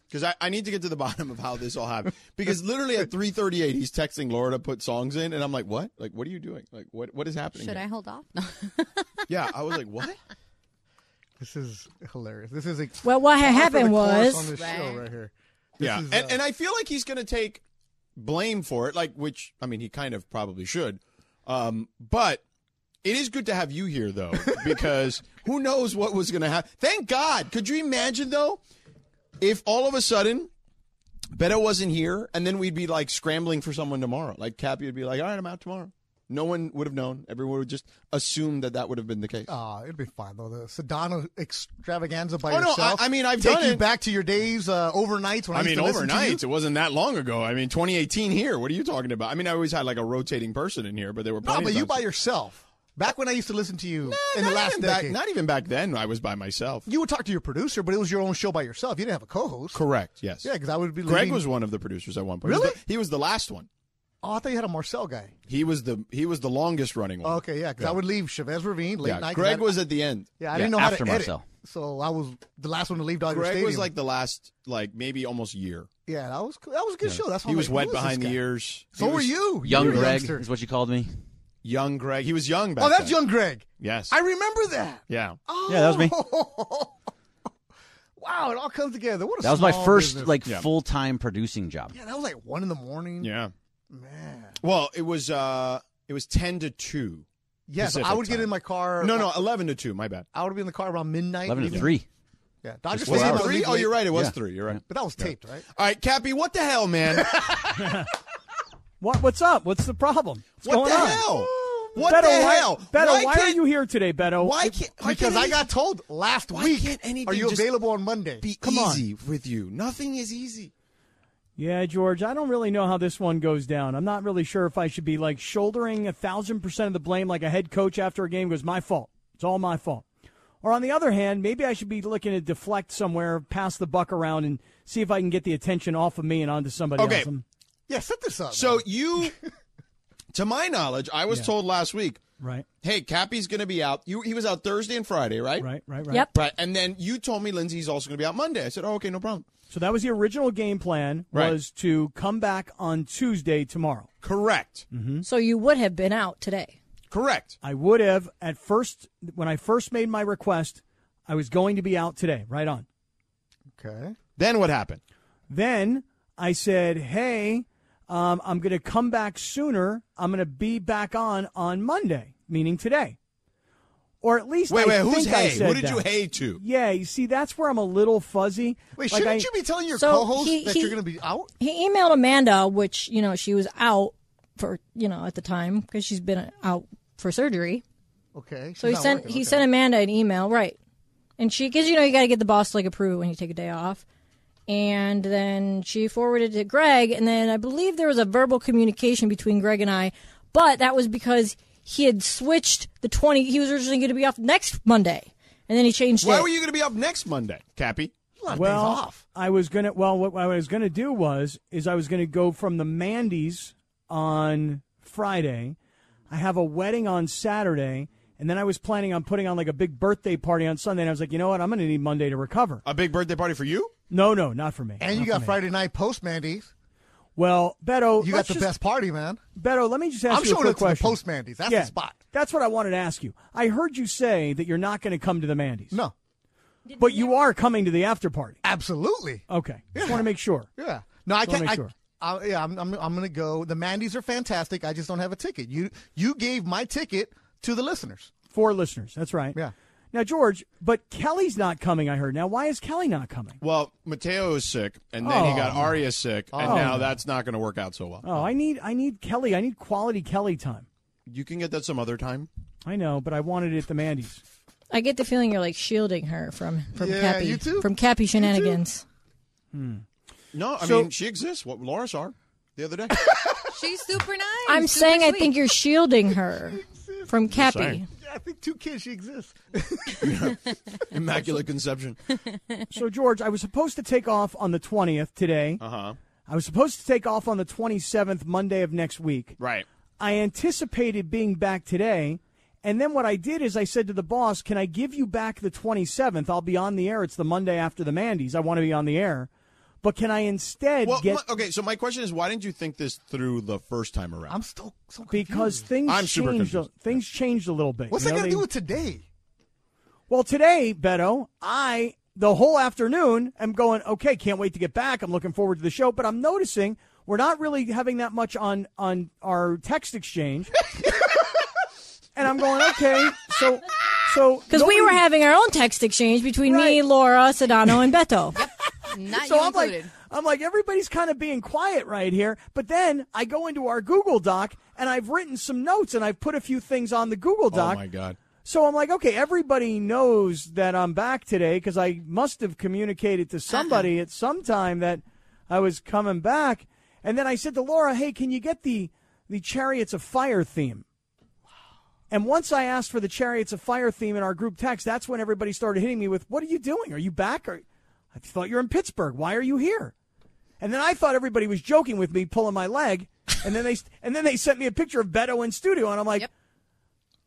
Speaker 2: Because I, I need to get to the bottom of how this all happened. Because literally at 3:38, he's texting Laura to put songs in, and I'm like, "What? Like, what are you doing? Like, what what is happening?"
Speaker 7: Should I
Speaker 2: here?
Speaker 7: hold off? No.
Speaker 2: Yeah, I was like, "What?"
Speaker 3: This is hilarious. This is a
Speaker 9: Well, what had happened
Speaker 3: chorus
Speaker 9: was
Speaker 3: on this show
Speaker 7: Right.
Speaker 3: right here.
Speaker 2: yeah,
Speaker 3: is,
Speaker 2: and,
Speaker 3: uh,
Speaker 2: and I feel like he's going to take blame for it. Like, which I mean, he kind of probably should. Um, but it is good to have you here though, because who knows what was going to happen? Thank God. Could you imagine though, if all of a sudden. Beto wasn't here, and then we'd be like scrambling for someone tomorrow. Like Cappy would be like, "All right, I'm out tomorrow." No one would have known. Everyone would just assume that that would have been the case.
Speaker 3: Ah, it'd be fine though. The Sedano extravaganza by
Speaker 2: Oh, no,
Speaker 3: yourself.
Speaker 2: I- I mean, I've
Speaker 3: take
Speaker 2: done
Speaker 3: you
Speaker 2: it.
Speaker 3: back to your days uh, overnights when I,
Speaker 2: I
Speaker 3: used
Speaker 2: mean,
Speaker 3: to listen to you.
Speaker 2: overnights. It wasn't that long ago. I mean, 2018 here. What are you talking about? I mean, I always had like a rotating person in here, but there were
Speaker 3: No,
Speaker 2: plenty
Speaker 3: but
Speaker 2: of
Speaker 3: you
Speaker 2: times-
Speaker 3: by yourself. Back when I used to listen to you in
Speaker 2: Not
Speaker 3: the last
Speaker 2: even back,
Speaker 3: decade,
Speaker 2: not even back then. I was by myself.
Speaker 3: you would talk to your producer, but it was your own show by yourself. You didn't have a co-host.
Speaker 2: Correct. Yes.
Speaker 3: Yeah, because I would be.
Speaker 2: Greg
Speaker 3: leaving-
Speaker 2: was one of the producers at one point. He was
Speaker 3: Really?
Speaker 2: the- He was the last one.
Speaker 3: Oh, I thought you had a Marcel guy. Oh,
Speaker 2: He was the he was the longest running one.
Speaker 3: Okay, yeah, because I would leave Chavez Ravine late
Speaker 2: Yeah,
Speaker 3: night. 'cause
Speaker 2: Greg
Speaker 3: I-
Speaker 2: was at the end.
Speaker 3: Yeah, I
Speaker 5: Yeah,
Speaker 3: didn't know how
Speaker 5: after
Speaker 3: to edit,
Speaker 5: Marcel.
Speaker 3: so I was the last one to leave Dodger
Speaker 2: Greg
Speaker 3: Stadium.
Speaker 2: was like the last, like maybe almost year.
Speaker 3: yeah, that was cool. that was a good show. That's why
Speaker 2: He
Speaker 3: I'm
Speaker 2: was
Speaker 3: like,
Speaker 2: wet
Speaker 3: who is
Speaker 2: behind
Speaker 3: this
Speaker 2: the
Speaker 3: guy?
Speaker 2: ears.
Speaker 3: So
Speaker 2: He
Speaker 3: were
Speaker 2: was
Speaker 3: you, You
Speaker 5: Young
Speaker 3: were a
Speaker 5: Greg
Speaker 3: youngster.
Speaker 5: is what you called me.
Speaker 2: Young Greg. He was young back.
Speaker 3: Oh, that's
Speaker 2: then.
Speaker 3: young Greg.
Speaker 2: Yes.
Speaker 3: I remember that.
Speaker 2: yeah.
Speaker 3: Oh.
Speaker 5: Yeah, that was me.
Speaker 3: wow, it all comes together. What a
Speaker 5: That was my
Speaker 3: small
Speaker 5: first
Speaker 3: business.
Speaker 5: like
Speaker 2: Yeah.
Speaker 5: full time producing job.
Speaker 3: Yeah, that was like one in the morning.
Speaker 2: Yeah.
Speaker 3: Man.
Speaker 2: Well, it was uh it was 10 to 2.
Speaker 3: Yes,
Speaker 2: Pacific
Speaker 3: I would get
Speaker 2: time.
Speaker 3: in my car.
Speaker 2: No, no, 11 to 2, my bad.
Speaker 3: I would be in the car around midnight.
Speaker 5: Eleven to
Speaker 3: leaving-
Speaker 5: three.
Speaker 3: Yeah, Dodger
Speaker 5: four
Speaker 3: Stadium.
Speaker 2: Was it
Speaker 5: hours.
Speaker 3: I would
Speaker 2: three?
Speaker 3: leave
Speaker 2: Oh, you're
Speaker 3: late.
Speaker 2: right. It was
Speaker 5: Yeah.
Speaker 2: three. You're right.
Speaker 3: But that was taped, right?
Speaker 2: All right, Cappy, what the hell, man?
Speaker 10: What, what's up? What's the problem? What's
Speaker 2: what
Speaker 10: going
Speaker 2: the
Speaker 10: on?
Speaker 2: hell?
Speaker 3: What
Speaker 10: Beto,
Speaker 3: the
Speaker 10: why,
Speaker 3: hell?
Speaker 10: Beto,
Speaker 3: Why
Speaker 10: why, are
Speaker 3: can't-
Speaker 10: you here today, Beto?
Speaker 3: Why can't? Why because I got told last
Speaker 2: why
Speaker 3: week.
Speaker 2: can't anything
Speaker 3: are you
Speaker 2: just
Speaker 3: available on Monday?
Speaker 2: Be
Speaker 3: Come on.
Speaker 2: easy with you. Nothing is easy.
Speaker 10: Yeah, George, I don't really know how this one goes down. I'm not really sure if I should be like shouldering a thousand percent of the blame like a head coach after a game goes, my fault. It's all my fault. Or on the other hand, maybe I should be looking to deflect somewhere, pass the buck around, and see if I can get the attention off of me and onto somebody
Speaker 2: Okay.
Speaker 10: else. I'm-
Speaker 3: Yeah, set this up.
Speaker 2: So you, to my knowledge, I was told last week,
Speaker 10: Right,
Speaker 2: hey, Cappy's going to be out. You, he was out Thursday and Friday, right?
Speaker 10: right, right, right.
Speaker 9: Yep.
Speaker 2: Right. And then you told me Lindsay's also going to be out Monday. I said, oh, okay, no problem.
Speaker 10: So that was the original game plan
Speaker 2: Right.
Speaker 10: was to come back on Tuesday tomorrow. Mm-hmm.
Speaker 2: Correct.
Speaker 9: So you would have been out today.
Speaker 2: Correct.
Speaker 10: I would have at first when I first made my request, I was going to be out today, right on.
Speaker 3: Okay.
Speaker 2: Then what happened?
Speaker 10: Then I said, "Hey, um, I'm going to come back sooner. I'm going to be back on on Monday, meaning today, or at least
Speaker 2: Wait,
Speaker 10: I
Speaker 2: wait, who's
Speaker 10: think I
Speaker 2: hey? Who
Speaker 10: said
Speaker 2: did you
Speaker 10: that.
Speaker 2: hey to?
Speaker 10: Yeah, you see, that's where I'm a little fuzzy.
Speaker 3: Wait,
Speaker 10: Like,
Speaker 3: shouldn't
Speaker 10: I-
Speaker 3: you be telling your
Speaker 9: So
Speaker 3: co-host
Speaker 9: he-
Speaker 3: that
Speaker 9: he-
Speaker 3: you're going to be out?
Speaker 9: He emailed Amanda, which, you know, she was out for, you know, at the time because she's been out for surgery.
Speaker 3: Okay.
Speaker 9: So he sent he sent Amanda an email, right? And she, because you know you got to get the boss to like approve it when you take a day off, and then she forwarded it to Greg, and then I believe there was a verbal communication between Greg and I, but that was because he had switched the twenty. He was originally going to be off next Monday, and then he changed
Speaker 2: Why
Speaker 9: it.
Speaker 2: were you going to be up next Monday, Cappy?
Speaker 10: well,
Speaker 3: off.
Speaker 10: I was gonna. Well, what, what I was gonna do was is I was gonna go from the Mandy's on Friday. I have a wedding on Saturday, and then I was planning on putting on like a big birthday party on Sunday. And I was like, you know what? I'm gonna need Monday to recover.
Speaker 2: A big birthday party for you?
Speaker 10: No, no, not for me.
Speaker 3: And
Speaker 10: Not
Speaker 3: you
Speaker 10: for
Speaker 3: got
Speaker 10: me.
Speaker 3: Friday night post Mandy's.
Speaker 10: Well, Beto,
Speaker 3: You got
Speaker 10: let's
Speaker 3: the
Speaker 10: just-
Speaker 3: best party, man.
Speaker 10: Beto, let me just ask
Speaker 3: I'm
Speaker 10: you a
Speaker 3: showing
Speaker 10: quick
Speaker 3: up to the
Speaker 10: question.
Speaker 3: post Mandy's. That's
Speaker 10: yeah,
Speaker 3: the spot.
Speaker 10: That's what I wanted to ask you. I heard you say that you're not going to come to the Mandy's.
Speaker 3: No,
Speaker 10: But you are coming to the after party.
Speaker 3: absolutely.
Speaker 10: Okay. Just want to make sure.
Speaker 3: Yeah. No, I
Speaker 10: Just wanna
Speaker 3: can't.
Speaker 10: make
Speaker 3: I,
Speaker 10: sure.
Speaker 3: I, yeah, I'm, I'm, I'm going to go. The Mandy's are fantastic. I just don't have a ticket. You you gave my ticket to the listeners.
Speaker 10: Four listeners. That's right.
Speaker 3: Yeah.
Speaker 10: Now, George, but Kelly's not coming, I heard. Now, why is Kelly not coming?
Speaker 2: Well, Mateo is sick, and then he got
Speaker 3: Oh.
Speaker 2: Aria sick, and now that's not going to work out so well.
Speaker 10: Oh, I need I need Kelly. I need quality Kelly time.
Speaker 2: You can get that some other time.
Speaker 10: I know, but I wanted it at the Mandy's.
Speaker 9: I get the feeling you're like shielding her from from
Speaker 3: Yeah,
Speaker 9: Cappy
Speaker 3: you too.
Speaker 9: from Cappy shenanigans.
Speaker 10: Hmm.
Speaker 2: No, I
Speaker 10: So-
Speaker 2: mean she exists. What Laura saw her the other day.
Speaker 7: She's super nice.
Speaker 9: I'm
Speaker 7: super
Speaker 9: saying I
Speaker 7: sweet.
Speaker 9: think you're shielding her from Cappy.
Speaker 2: saying.
Speaker 3: Yeah, I think two kids, she exists.
Speaker 2: Immaculate conception.
Speaker 10: so, George, I was supposed to take off on the 20th today.
Speaker 2: Uh huh.
Speaker 10: I was supposed to take off on the 27th, Monday of next week.
Speaker 2: Right.
Speaker 10: I anticipated being back today. And then what I did is I said to the boss, Can I give you back the 27th? I'll be on the air. It's the Monday after the Mandy's. I want to be on the air. But can I instead
Speaker 2: Well,
Speaker 10: get.
Speaker 2: my- okay. So my question is, why didn't you think this through the first time around?
Speaker 3: I'm still so confused.
Speaker 10: because things
Speaker 2: I'm super
Speaker 10: changed. a-
Speaker 2: confused.
Speaker 10: Things changed a little bit.
Speaker 3: What's
Speaker 10: you
Speaker 3: that
Speaker 10: know,
Speaker 3: got to
Speaker 10: they-
Speaker 3: do with today?
Speaker 10: Well, today, Beto, I the whole afternoon am going. Okay, can't wait to get back. I'm looking forward to the show, but I'm noticing we're not really having that much on on our text exchange. and I'm going, okay, so so
Speaker 9: Because we
Speaker 10: nobody-
Speaker 9: were having our own text exchange between me,
Speaker 10: Right.
Speaker 9: Laura, Sedano, and Beto.
Speaker 7: not
Speaker 10: So
Speaker 7: you
Speaker 10: I'm like,
Speaker 7: included.
Speaker 10: I'm like, everybody's kind of being quiet right here. But then I go into our Google Doc and I've written some notes and I've put a few things on the Google
Speaker 2: oh
Speaker 10: Doc.
Speaker 2: my god.
Speaker 10: So I'm like, okay, everybody knows that I'm back today because I must have communicated
Speaker 7: Uh-huh.
Speaker 10: to somebody at some time that I was coming back. And then I said to Laura, hey, can you get the, the Chariots of Fire theme? And once I asked for the Chariots of Fire theme in our group text, that's when everybody started hitting me with, what are you doing? Are you back? Or, I thought you're in Pittsburgh. Why are you here? And then I thought everybody was joking with me pulling my leg. And then they and then they sent me a picture of Beto in studio, and I'm like,
Speaker 7: Yep.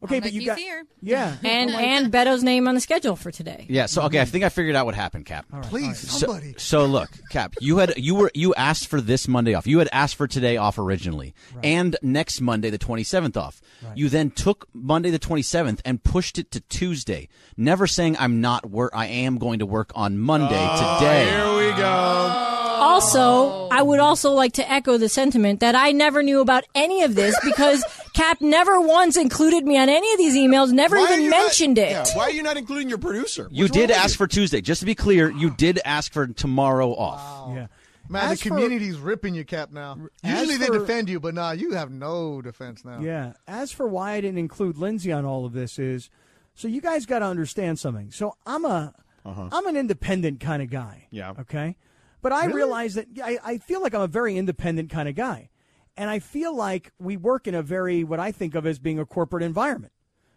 Speaker 10: okay,
Speaker 7: I'm
Speaker 10: but
Speaker 7: like,
Speaker 10: you
Speaker 7: he's
Speaker 10: got
Speaker 7: here.
Speaker 10: yeah.
Speaker 9: and and Beto's name on the schedule for today.
Speaker 5: Yeah. So okay, I think I figured out what happened, Cap.
Speaker 3: Please, somebody.
Speaker 5: So look, Cap, you had you were you asked for this Monday off. You had asked for today off originally, and next Monday the twenty seventh off. You then took Monday the twenty seventh and pushed it to Tuesday, never saying I'm not work. I am going to work on Monday
Speaker 2: Oh,
Speaker 5: today.
Speaker 2: Here we go.
Speaker 9: Also, I would also like to echo the sentiment that I never knew about any of this because Cap never once included me on any of these emails, never
Speaker 2: Why are
Speaker 9: even
Speaker 2: you
Speaker 9: mentioned
Speaker 2: not,
Speaker 9: it.
Speaker 2: Yeah, why are you not including your producer?
Speaker 5: You did ask for Tuesday. Just to be clear, you did ask for tomorrow off.
Speaker 10: Yeah.
Speaker 3: Man,
Speaker 10: As
Speaker 3: the
Speaker 10: for-
Speaker 3: community's ripping your cap now.
Speaker 10: As
Speaker 3: Usually
Speaker 10: for-
Speaker 3: they defend you, but nah, you have no defense now.
Speaker 10: Yeah. As for why I didn't include Lindsay on all of this is, so you guys got to understand something. So I'm a,
Speaker 2: Uh-huh.
Speaker 10: am an independent kind of guy.
Speaker 2: Yeah.
Speaker 10: Okay. But I realize that I, I feel like I'm a very independent kind of guy, and I feel like we work in a very what I think of as being a corporate environment.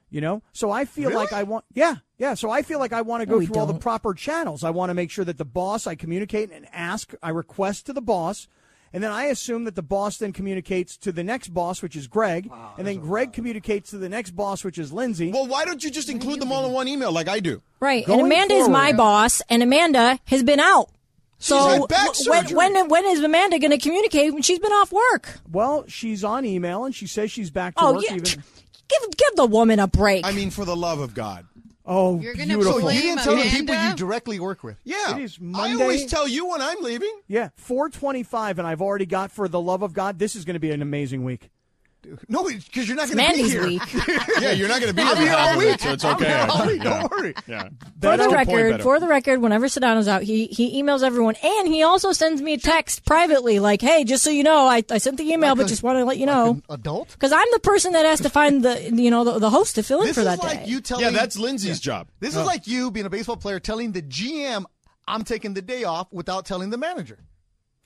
Speaker 10: You know, so I feel like I want, yeah, yeah. So I feel like I want to
Speaker 11: No,
Speaker 10: go
Speaker 11: we
Speaker 10: through all the proper channels. I want to make sure that the boss, I communicate and ask, I request to the boss, and then I assume that the boss then communicates to the next boss, which is Greg,
Speaker 2: Ah,
Speaker 10: and then Greg communicates to the next boss, which is Lindsay. Well,
Speaker 2: why don't you just include them all in one email like I do?
Speaker 9: Right.
Speaker 10: Going
Speaker 9: and Amanda is my
Speaker 10: forward-
Speaker 9: boss, and Amanda has been out.
Speaker 10: had
Speaker 9: So
Speaker 10: back
Speaker 9: w- when,
Speaker 10: surgery.
Speaker 9: when when is Amanda going to communicate when she's been off work?
Speaker 10: Well, she's on email and she says she's back to
Speaker 9: oh,
Speaker 10: work
Speaker 9: yeah.
Speaker 10: even-
Speaker 9: Give give the woman a break.
Speaker 2: I mean, for the love of God.
Speaker 10: Oh,
Speaker 9: You're
Speaker 3: So
Speaker 9: gonna
Speaker 10: beautiful.
Speaker 3: you didn't tell the people you directly work with.
Speaker 2: Yeah.
Speaker 10: It is
Speaker 2: I
Speaker 10: Monday.
Speaker 2: always tell you when I'm leaving.
Speaker 10: Yeah, 425, and I've already got, for the love of God, this is going to be an amazing week.
Speaker 3: No, because you're not
Speaker 9: It's
Speaker 3: going to be
Speaker 9: Mandy's
Speaker 3: here.
Speaker 9: week.
Speaker 2: yeah, you're not going to be
Speaker 3: I'll
Speaker 2: here
Speaker 3: be
Speaker 2: for
Speaker 3: all
Speaker 2: half a
Speaker 3: week.
Speaker 2: week, so it's
Speaker 3: I'll be
Speaker 2: okay.
Speaker 3: here all week,
Speaker 2: Yeah.
Speaker 3: Don't worry.
Speaker 2: Yeah.
Speaker 9: For the
Speaker 2: Good point,
Speaker 9: record,
Speaker 2: Beto.
Speaker 9: for the record, whenever Sedano's out, he he emails everyone, and he also sends me a text privately, like, "Hey, just so you know, I, I sent the email, but just want to let you know."
Speaker 3: Adult.
Speaker 9: Because I'm the person that has to find the you know the, the host to fill in
Speaker 3: This
Speaker 9: for
Speaker 3: is
Speaker 9: that
Speaker 3: like
Speaker 9: day.
Speaker 3: you telling.
Speaker 2: Yeah, that's Lindsay's job.
Speaker 3: This
Speaker 2: Oh.
Speaker 3: is like you being a baseball player telling the GM, "I'm taking the day off," without telling the manager.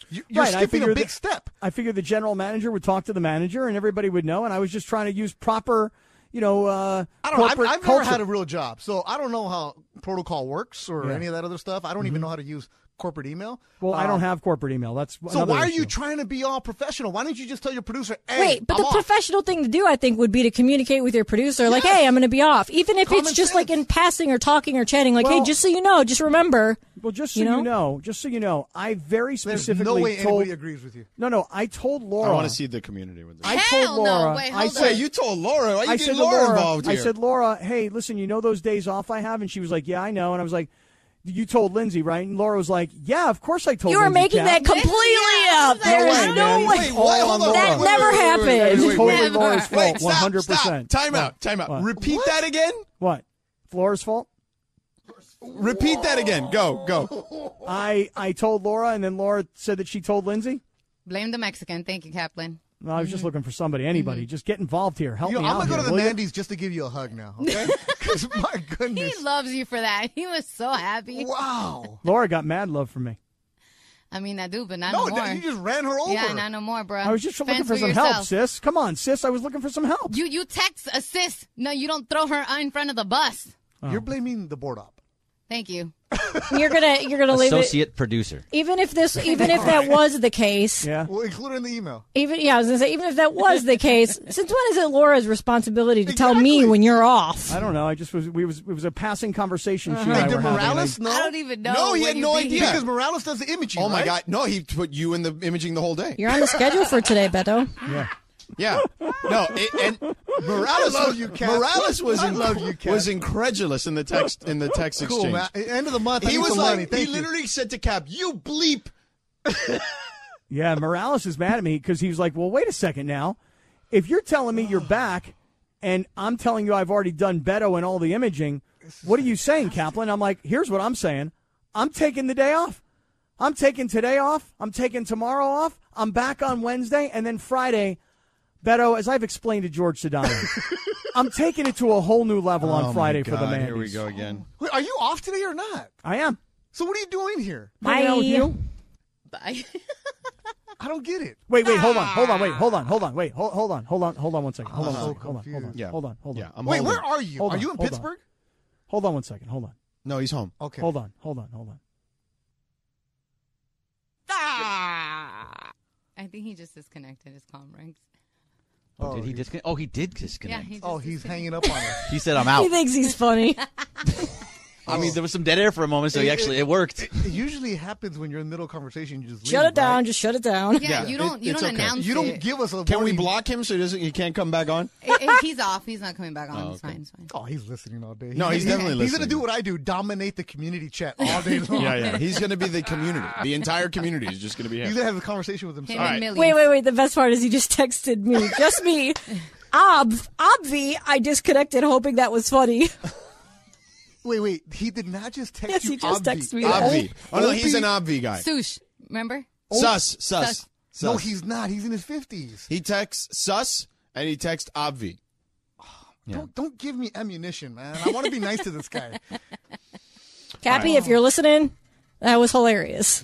Speaker 3: You- You're
Speaker 10: right, I
Speaker 3: skipping
Speaker 10: figured
Speaker 3: a big
Speaker 10: the,
Speaker 3: step.
Speaker 10: I figured the general manager would talk to the manager, and everybody would know. And I was just trying to use proper, you know, uh,
Speaker 3: I don't know. I've,
Speaker 10: corporate
Speaker 3: I've never
Speaker 10: culture.
Speaker 3: had a real job, so I don't know how protocol works or
Speaker 10: Yeah. Mm-hmm.
Speaker 3: any of that other stuff. I don't even know how to use corporate email.
Speaker 10: well, I
Speaker 3: Uh,
Speaker 10: don't have corporate email. That's
Speaker 3: So
Speaker 10: another
Speaker 3: why are you
Speaker 10: issue.
Speaker 3: trying to be all professional? Why don't you just tell your producer, hey,
Speaker 9: Wait, but
Speaker 3: I'm
Speaker 9: the
Speaker 3: off.
Speaker 9: professional thing to do, I think, would be to communicate with your producer, like, "Hey, I'm going to be off," even if it's
Speaker 3: Common
Speaker 9: just like in passing or talking or chatting, like,
Speaker 10: Well-
Speaker 9: "Hey, just so you know, just remember."
Speaker 10: Well, just so
Speaker 9: you
Speaker 10: you know?
Speaker 9: know?
Speaker 10: just so you know, I very
Speaker 3: There's
Speaker 10: specifically
Speaker 3: no way
Speaker 10: told.
Speaker 3: anybody agrees with you.
Speaker 10: No, no, I told Laura.
Speaker 2: I want to see the community with this.
Speaker 10: I told Laura. I said,
Speaker 2: Wait, you told Laura. Why you
Speaker 10: I
Speaker 2: getting
Speaker 10: said to
Speaker 2: Laura,
Speaker 10: Laura,
Speaker 2: involved here?
Speaker 10: I said, Laura, hey, listen, you know those days off I have? And she was like, yeah, I know. And I was like, you told Lindsay, right? And Laura was like, yeah, of course I told
Speaker 9: You are
Speaker 10: Lindsay,
Speaker 9: making
Speaker 10: Cap."
Speaker 9: that completely up. There's no
Speaker 10: man.
Speaker 9: way.
Speaker 10: Wait, what? Hold on,
Speaker 9: That
Speaker 10: hold on.
Speaker 9: never
Speaker 10: Wait, wait, wait, wait,
Speaker 9: happened.
Speaker 10: It's totally Laura's fault,
Speaker 2: Wait, stop,
Speaker 10: 100%.
Speaker 2: stop. Time out, time out.
Speaker 10: What?
Speaker 2: Repeat that again.
Speaker 10: What? It's Laura's fault?
Speaker 2: Repeat that again. Go, go.
Speaker 10: I, I told Laura, and then Laura said that she told Lindsay?
Speaker 12: Blame the Mexican. Thank you, Kaplan.
Speaker 10: No, I was just looking for somebody, anybody. Just get involved here. Help
Speaker 3: You know,
Speaker 10: me
Speaker 3: I'm
Speaker 10: out
Speaker 3: gonna go
Speaker 10: here,
Speaker 3: to the
Speaker 10: will ya?
Speaker 3: Mandy's just to give you a hug now, okay? Because my
Speaker 12: He
Speaker 3: goodness,
Speaker 12: loves you for that. He was so happy.
Speaker 3: wow!
Speaker 10: Laura got mad love from me.
Speaker 12: I mean, I do, but not
Speaker 3: No,
Speaker 12: no more.
Speaker 3: that- you just ran her over.
Speaker 12: Yeah, not no more, bro.
Speaker 10: I was just looking
Speaker 12: Fend
Speaker 10: for some
Speaker 12: yourself.
Speaker 10: help, sis. Come on, sis. I was looking for some help.
Speaker 12: You you text a sis. No, you don't throw her in front of the bus.
Speaker 3: You're blaming the board op.
Speaker 12: Thank you.
Speaker 9: You're gonna you're gonna leave it.
Speaker 5: Associate producer.
Speaker 9: Even if this, even if that was the case,
Speaker 10: Yeah.
Speaker 3: Well, include her in the email.
Speaker 9: even yeah, I was gonna say, even if that was the case, since when is it Laura's responsibility to tell me when you're off?
Speaker 10: I don't know. I just was. We was. It was a passing conversation. She and I
Speaker 3: Like,
Speaker 10: were
Speaker 3: did
Speaker 10: having, and I-
Speaker 3: Morales? No.
Speaker 12: I don't even know.
Speaker 2: No, he
Speaker 12: when
Speaker 2: had
Speaker 12: you
Speaker 2: no
Speaker 12: did
Speaker 2: idea.
Speaker 12: that.
Speaker 3: Because Morales does the imaging.
Speaker 2: Oh my
Speaker 3: right?
Speaker 2: God! No, he put you in the imaging the whole day.
Speaker 9: You're on the schedule for today, Beto.
Speaker 10: Yeah.
Speaker 2: Yeah. No, it, and Morales
Speaker 3: I love
Speaker 2: was,
Speaker 3: you, Cap.
Speaker 2: Morales was
Speaker 3: I
Speaker 2: inc-
Speaker 3: love you, Cap.
Speaker 2: was incredulous in the text in the text
Speaker 3: Cool,
Speaker 2: exchange.
Speaker 3: man. End of the month. I
Speaker 2: He
Speaker 3: need
Speaker 2: was
Speaker 3: some
Speaker 2: like
Speaker 3: money. Thank
Speaker 2: he
Speaker 3: you.
Speaker 2: literally said to Cap, "You bleep."
Speaker 10: Yeah, Morales is mad at me because he was like, "Well, wait a second now. If you're telling me you're back, and I'm telling you I've already done Beto and all the imaging, what are you saying, Kaplan?" I'm like, "Here's what I'm saying. I'm taking the day off. I'm taking today off. I'm taking tomorrow off. I'm back on Wednesday, and then Friday." Beto, as I've explained to George Sedano, I'm taking it to a whole new level on Friday for the man.
Speaker 2: Oh, Here we go again.
Speaker 3: Wait, are you off today or not?
Speaker 10: I am.
Speaker 3: So what are you doing here?
Speaker 10: Hanging out with
Speaker 9: Bye.
Speaker 10: you.
Speaker 12: Bye.
Speaker 3: I don't get it.
Speaker 10: Wait, wait, hold on, hold on, wait, hold
Speaker 2: Ah.
Speaker 10: on, hold on, wait, hold, hold on, hold on, hold on one second. Hold on,
Speaker 3: I'm
Speaker 10: one
Speaker 3: so
Speaker 10: second, hold on, hold on,
Speaker 3: confused.
Speaker 2: Yeah.
Speaker 10: hold on, hold on.
Speaker 2: Yeah, I'm
Speaker 3: Wait,
Speaker 2: holding.
Speaker 3: where are you?
Speaker 10: Hold
Speaker 3: are
Speaker 10: on,
Speaker 3: you in
Speaker 10: hold on.
Speaker 3: Pittsburgh?
Speaker 10: Hold on one second, hold on,
Speaker 2: No, he's home.
Speaker 3: Okay.
Speaker 10: hold on, hold on, hold on.
Speaker 12: Ah. I think he just disconnected his comm rings.
Speaker 5: Oh, did he disconnect? Oh, he did
Speaker 12: Yeah,
Speaker 5: disconnect.
Speaker 12: he just
Speaker 3: Oh, he's
Speaker 12: disconnected.
Speaker 3: hanging up on us.
Speaker 5: he said, "I'm
Speaker 9: He
Speaker 5: out."
Speaker 9: thinks he's funny.
Speaker 5: I mean, there was some dead air for a moment, so he actually it worked.
Speaker 3: It usually happens when you're in the middle of conversation. You just
Speaker 9: shut
Speaker 3: leave,
Speaker 9: it down.
Speaker 3: right?
Speaker 9: Just shut it down.
Speaker 12: Yeah, you don't you
Speaker 2: it's
Speaker 12: don't
Speaker 2: okay.
Speaker 12: announce
Speaker 3: You don't
Speaker 12: it.
Speaker 3: give us a.
Speaker 2: Can we
Speaker 3: warning.
Speaker 2: block him so he doesn't? He can't come back on.
Speaker 12: It- it- He's off. He's not coming back on.
Speaker 2: Oh,
Speaker 12: It's
Speaker 2: okay.
Speaker 12: fine. It's fine.
Speaker 3: Oh, he's listening all day.
Speaker 2: No, he's definitely
Speaker 3: He's gonna
Speaker 2: listening.
Speaker 3: do what I do: dominate the community chat all day long.
Speaker 2: Yeah, yeah. He's going to be the community. The entire community is just going to be
Speaker 3: He's
Speaker 2: him.
Speaker 3: gonna have a conversation with himself.
Speaker 12: Him and
Speaker 2: right.
Speaker 12: Millie.
Speaker 9: Wait, wait, wait. The best part is he just texted me, just me. Ob, obvi, I disconnected, hoping that was funny.
Speaker 3: Wait, wait. He did not just text
Speaker 9: Yes,
Speaker 3: you.
Speaker 9: he just
Speaker 3: Obvi.
Speaker 9: texted me.
Speaker 2: Obvi. Oh no, he's an
Speaker 3: Opie-
Speaker 2: Obvi guy.
Speaker 12: Sush, remember?
Speaker 2: Sus, sus, sus.
Speaker 3: No, he's not. He's in his fifties.
Speaker 2: He texts sus and he texts obvi.
Speaker 3: Don't don't give me ammunition, man. I want to be nice to this guy.
Speaker 9: Cappy, if you're listening, that was hilarious.